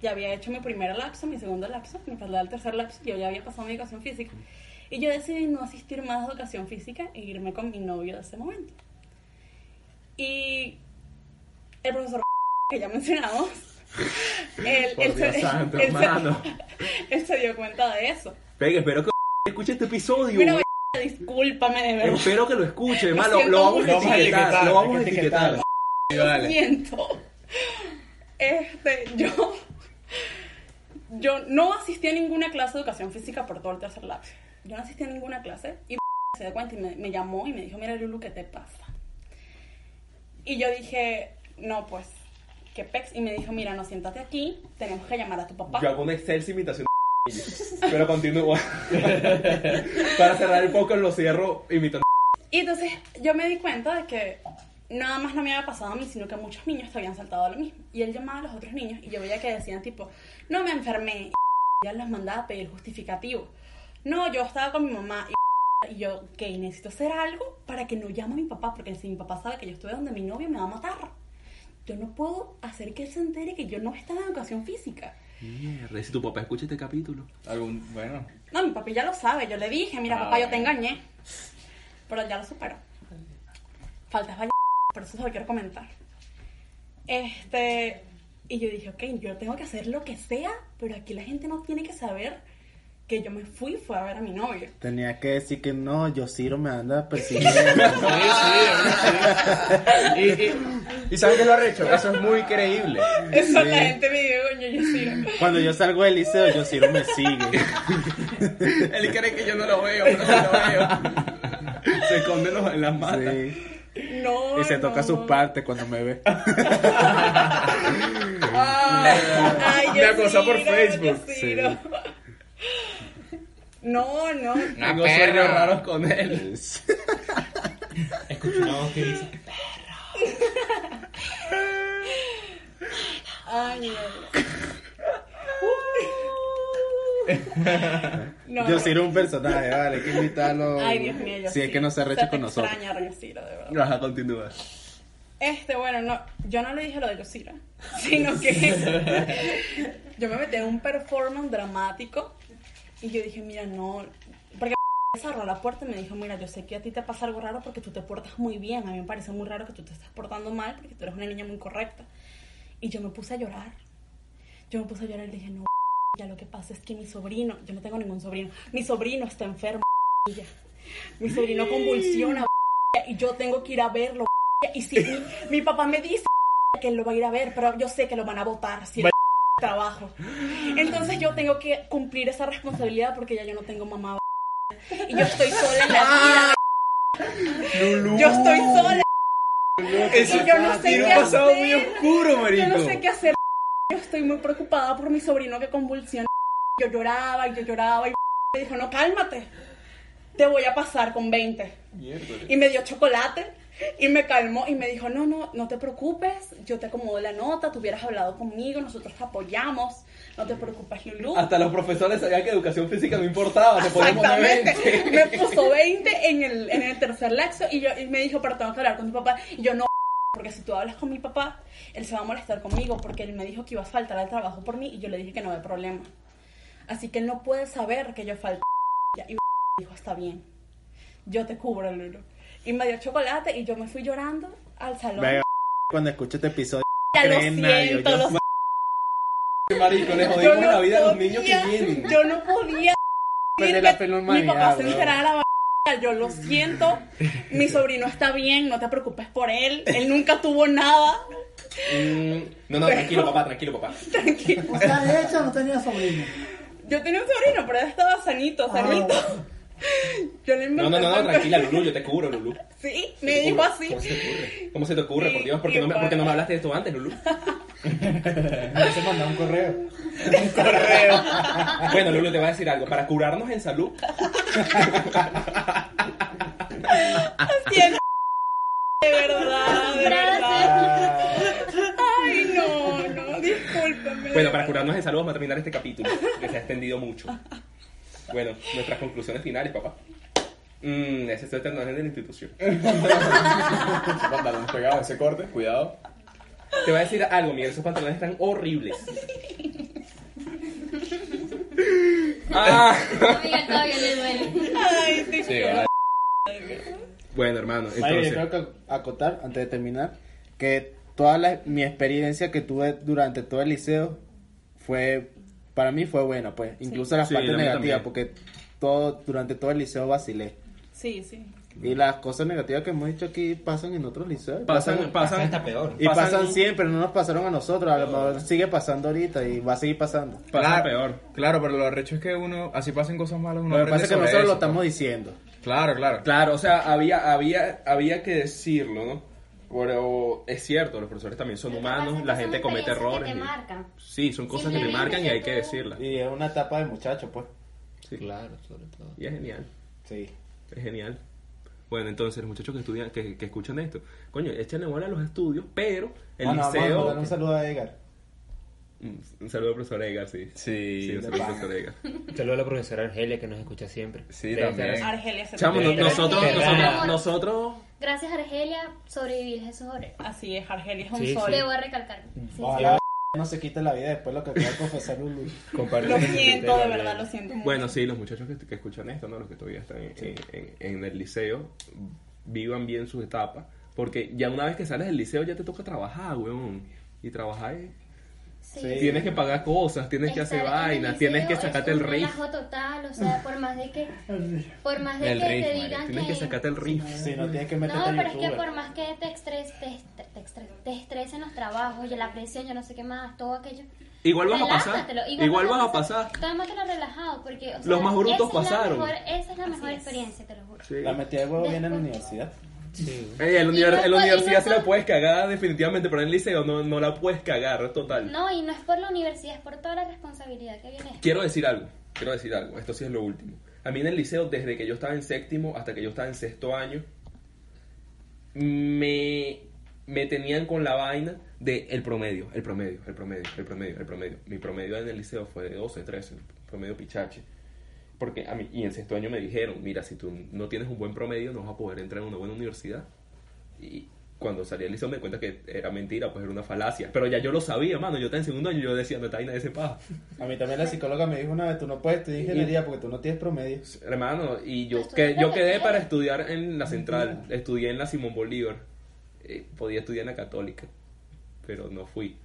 E: ya había hecho mi primer lapso, mi segundo lapso, me faltaba el tercer lapso, yo ya había pasado mi educación física. Y yo decidí no asistir más a educación física e irme con mi novio de ese momento. Y el profesor que ya mencionamos, él,
G: Por
E: él se-
G: Dios santo,
E: él se-
G: hermano.
E: él se dio cuenta de eso.
A: Venga, espero que escuche este episodio.
E: Mira, discúlpame de verdad.
A: Espero que lo escuche,
E: Me
A: hermano. Lo,
E: siento
A: lo vamos
E: muy
A: a etiquetar.
G: etiquetar,
A: Lo vamos
G: hay
A: a
G: que
A: etiquetar.
E: siento. Este, yo, yo no asistí a ninguna clase de educación física por todo el tercer lapso. Yo no asistí a ninguna clase y se dio cuenta y me, me llamó y me dijo, mira Lulu, ¿qué te pasa? Y yo dije, no, pues, qué pex. Y me dijo, mira, no, siéntate aquí, tenemos que llamar a tu papá.
A: Yo hago una excelsa imitación de Pero continúa. Para cerrar el podcast lo cierro imitando.
E: Y entonces yo me di cuenta de que nada más no me había pasado a mí, sino que muchos niños te habían saltado a lo mismo. Y él llamaba a los otros niños y yo veía que decían tipo, no me enfermé. Y ya los mandaba a pedir justificativo. No, yo estaba con mi mamá y y yo, ok, necesito hacer algo para que no llame a mi papá, porque si mi papá sabe que yo estuve donde mi novio me va a matar. Yo no puedo hacer que él se entere que yo no estaba en educación física.
A: Mierda, si tu papá escucha este capítulo.
G: Algún, bueno.
E: No, mi papi ya lo sabe. Yo le dije, mira,
G: Ah,
E: papá, yo te
G: bueno.
E: engañé. Pero él ya lo superó. Faltas vaya, por eso se lo quiero comentar. Este. Y yo dije, ok, yo tengo que hacer lo que sea, pero aquí la gente no tiene que saber que yo me fui, fue a ver a mi novio.
D: Tenía que decir que no, yo Ciro me anda persiguiendo.
G: Y, y, ¿y sabes qué es lo ha hecho? Eso es muy creíble.
E: Eso la gente me dijo, coño, yo sí.
D: Cuando yo salgo del liceo, yo Ciro me sigue.
G: Él cree que yo no lo veo, pero no lo veo.
A: Se esconde en los- en las matas.
D: Sí.
E: No.
D: Y se toca
E: no.
D: sus partes cuando me ve.
E: Ay,
G: Me acosó por
E: Yosiro,
G: Facebook,
E: Yosiro. No, no.
A: Tengo sueños raros con él.
B: Escuché una voz que dice,
E: Ay, no. No,
G: Yo
E: no.
G: sí era un personaje, vale, hay que invitarlo.
E: Ay, Dios mío, yo
G: Si es que no se arrecha
E: recha
G: con nosotros.
E: extraña, Renciro, de verdad.
A: Ajá, continúa.
E: Este, bueno, no, yo no le dije lo de Yosira, sino que yo me metí en un performance dramático y yo dije, mira, no, porque cerró la puerta y me dijo, mira, yo sé que a ti te pasa algo raro porque tú te portas muy bien, a mí me parece muy raro que tú te estás portando mal porque tú eres una niña muy correcta. Y yo me puse a llorar, yo me puse a llorar y le dije, no, ya lo que pasa es que mi sobrino, yo no tengo ningún sobrino, mi sobrino está enfermo, ya. mi sobrino convulsiona y yo tengo que ir a verlo. Y si mi, mi papá me dice que él lo va a ir a ver, pero yo sé que lo van a votar si el trabajo. Entonces yo tengo que cumplir esa responsabilidad porque ya yo no tengo mamá. Y yo estoy sola en la vida. Yo estoy sola.
J: Eso
E: y yo no sé
J: tiene
E: qué
J: un pasado
E: hacer.
J: muy oscuro, marico.
E: Yo no sé qué hacer. Yo estoy muy preocupada por mi sobrino que convulsiona. Yo lloraba y yo lloraba y me dijo, no, cálmate. Te voy a pasar con 20. Y me dio chocolate y me calmó y me dijo, no, no, no te preocupes, yo te acomodo la nota, tú hubieras hablado conmigo, nosotros te apoyamos, no te preocupes, Lulu.
A: Hasta los profesores sabían que educación física no importaba, se podían poner
E: Exactamente.
A: 20.
E: Me puso 20 en el, en el tercer laxo y, yo, y me dijo, pero tengo que hablar con tu papá. Y yo no, porque si tú hablas con mi papá, él se va a molestar conmigo porque él me dijo que iba a faltar al trabajo por mí y yo le dije que no había problema. Así que él no puede saber que yo falté. Y me dijo, está bien, yo te cubro, Lulu. Y me dio chocolate y yo me fui llorando al salón.
G: Venga, cuando escucho este episodio.
E: Ya lo
G: creen nadie,
E: siento,
G: yo-
E: lo
A: Marico, le
E: Yo
A: jodimos
E: no
A: la vida a los
E: podía,
A: niños que vienen.
E: Yo no podía.
G: Perder
E: decir
G: la
E: que
G: fe en la
E: Mi papá
G: humanidad,
E: se
G: bro.
E: enterara la b- Yo lo siento. Mi sobrino está bien, no te preocupes por él. Él nunca tuvo nada.
A: Mm, No, no, tranquilo, papá, tranquilo, papá.
E: Tranquilo.
I: O sea, de hecho no tenía sobrino.
E: Yo tenía un sobrino, pero él estaba
I: Ah.
E: sanito, sanito. Yo le
A: No,
E: inventé.
A: no, no, no,
E: tanto-
A: tranquila, Lulu, yo te cubro, Lulu.
E: Sí, me dijo así.
A: ¿Cómo se te ocurre? ¿Cómo se te ocurre?
E: Sí,
A: Por Dios, ¿por qué, no me,
E: igual.
A: por qué no me hablaste de esto antes, Lulu?
D: No se manda un correo.
A: Bueno, Lulu, te voy a decir algo. Para curarnos en salud,
E: Siento- De verdad, de verdad. Ay, no, no, discúlpame.
A: bueno, para curarnos en salud vamos a terminar este capítulo, que se ha extendido mucho. Bueno, nuestras conclusiones finales, papá. Mmm, ese es el tatuaje de la institución.
G: Ese pantalón pegado, ese corte, cuidado.
A: Te voy a decir algo, Miguel, esos pantalones están horribles. Ah.
F: Miguel todavía le duele.
E: Ay, te
G: Sí,
E: quiero.
G: vale.
A: Bueno, hermano,
D: Vale,
A: entonces...
D: yo tengo que acotar, antes de terminar, que toda la- mi experiencia que tuve durante todo el liceo fue, para mí fue buena, pues, incluso las
A: Sí,
D: partes
A: la mía
D: negativas,
A: también.
D: porque todo, durante todo el liceo vacilé.
E: Sí, sí.
D: Y las cosas negativas que hemos dicho aquí pasan en otros liceos.
A: Pasan,
B: Pasa
A: pasan,
B: está peor.
D: y
A: pasan-
D: pasan, siempre, no nos pasaron a nosotros, a lo mejor sigue pasando ahorita y va a seguir pasando.
A: pasan
G: Claro,
A: peor.
G: Claro, pero lo arrecho es que uno, así pasan cosas malas, uno
D: Lo que
G: aprende
D: pasa es que
G: sobre
D: nosotros lo
G: eso,
D: estamos diciendo.
G: pues. Claro, claro.
A: Claro, o sea, había, había, había que decirlo, ¿no? Pero es cierto, los profesores también son
F: Lo que
A: humanos,
F: pasa es
A: la
F: que
A: gente
F: son
A: comete
F: experiencias
A: errores.
F: que te
A: y-
F: marcan.
A: Sí, son cosas que te
F: Simplemente
A: marcan y hay
F: tú-
A: que decirlas.
D: Y es una etapa de muchachos, pues.
B: Claro, sobre todo.
A: Y es genial,
D: Sí.
A: es genial. Bueno, entonces, los muchachos que estudian, que, que escuchan esto, coño, échenle bola a los estudios, pero el
D: Bueno, Ah, vamos a
A: liceo...
D: mandar un saludo a Edgar.
A: Un, un saludo al profesor Edgar, sí.
G: Sí,
A: Sí, un
G: de
A: saludo al
G: pana.
A: profesor Edgar.
B: Un saludo a la profesora Argelia que nos escucha siempre.
G: Sí,
B: Debe estar
G: también.
B: así.
E: Argelia se
A: Chamo, no-
E: te-
A: nosotros, nosotros,
F: Claro.
A: nosotros...
F: Gracias, Argelia, sobrevivir a esos horarios.
E: Así es, Argelia es un
B: Sí,
E: sol.
F: Debo recalcar. Sí,
D: Ojalá no se quite la vida después lo que acaba de confesar Lulu.
A: Compartir.
E: Lo siento, de verdad, lo siento mucho.
A: Bueno, sí, los muchachos que, que escuchan esto, ¿no? los que todavía están en, en- en el liceo, vivan bien sus etapas. Porque ya una vez que sales del liceo ya te toca trabajar, weón. Y trabajar es-
F: sí.
D: Sí.
A: Tienes que pagar cosas, tienes que hacer
F: Estar en
A: vainas,
F: liceo
A: tienes que
F: es
A: sacarte el
F: un
A: riff.
F: relajo total, o sea, por más de que,
I: Ah.
F: por más de
G: El
F: que te
G: riff,
F: digan
A: Tienes que sacarte el riff.
D: Si no tienes que
F: No,
D: meterte a
F: pero es que
D: YouTube.
F: por más que te, estres, te, est- te, estres- te estresen los trabajos, y la presión, yo no sé qué más, todo aquello.
A: Igual vas a pasar,
F: relájatelo,
A: igual vas a pasar.
F: Tómatelo relajado, porque. o sea,
A: Los más brutos
F: esa es la
A: pasaron.
F: mejor- esa es la mejor experiencia, te lo juro.
A: Sí.
D: La metida de huevo viene en la universidad.
A: Ey, en la
F: Y no
A: univer- en la
F: fue- y no
A: universidad se
F: fue-
A: la puedes cagar definitivamente, pero en el liceo no, no la puedes cagar total.
F: No, y no es por la universidad, es por toda la responsabilidad que viene.
A: Quiero decir algo, quiero decir algo, esto sí es lo último. A mí en el liceo, desde que yo estaba en séptimo hasta que yo estaba en sexto año, me, me tenían con la vaina de el promedio, el promedio, el promedio, el promedio, el promedio. Mi promedio en el liceo fue de 12, 13, promedio pichache. Porque a mí, y en sexto año me dijeron, mira, si tú no tienes un buen promedio, no vas a poder entrar en una buena universidad. Y cuando salí del liceo me di cuenta que era mentira, pues era una falacia. Pero ya yo lo sabía, mano. Yo estaba en segundo año y yo decía, no está vaina de ese paja.
D: A mí también la psicóloga me dijo una vez, tú no puedes estudiar ingeniería porque tú no tienes promedio.
A: Hermano, y yo, que, yo quedé para estudiar en la central, estudié en la Simón Bolívar, Eh, podía estudiar en la católica, pero no fui.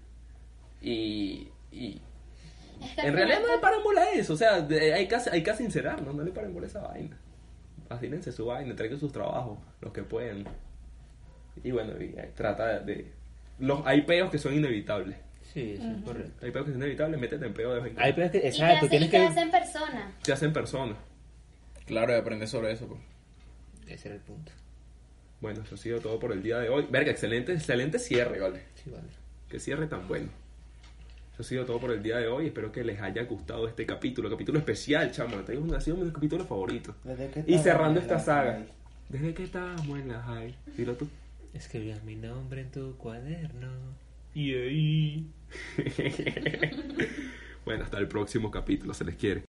A: Y, y en realidad no le paran bola a eso, o sea, de- hay que, hay que sincerarnos, no le paren bola a esa vaina. Fascínense su vaina, traigan sus trabajos, los que puedan. Y bueno, y, eh, trata de... Los, hay peos que son inevitables.
B: Sí, eso es Ujú. correcto.
A: Hay peos que son inevitables, métete en peo de vez en
B: Hay peos que-
F: Y te hacen, y te hacen persona.
A: te hacen persona. Claro, y aprendes sobre eso. pues.
B: Ese era el punto.
A: Bueno, eso ha sido todo por el día de hoy. Verga, excelente, excelente cierre, ¿vale?
B: Sí, vale.
A: Qué cierre tan bueno. Eso ha sido todo por el día de hoy. Espero que les haya gustado este capítulo, capítulo especial, chamo. Este es un- ha sido mi capítulo favorito. Y cerrando esta saga. ¿Desde qué estábamos en la high? Dilo tú.
B: Escribías mi nombre en tu cuaderno.
A: Y ahí. bueno, hasta el próximo capítulo, se les quiere.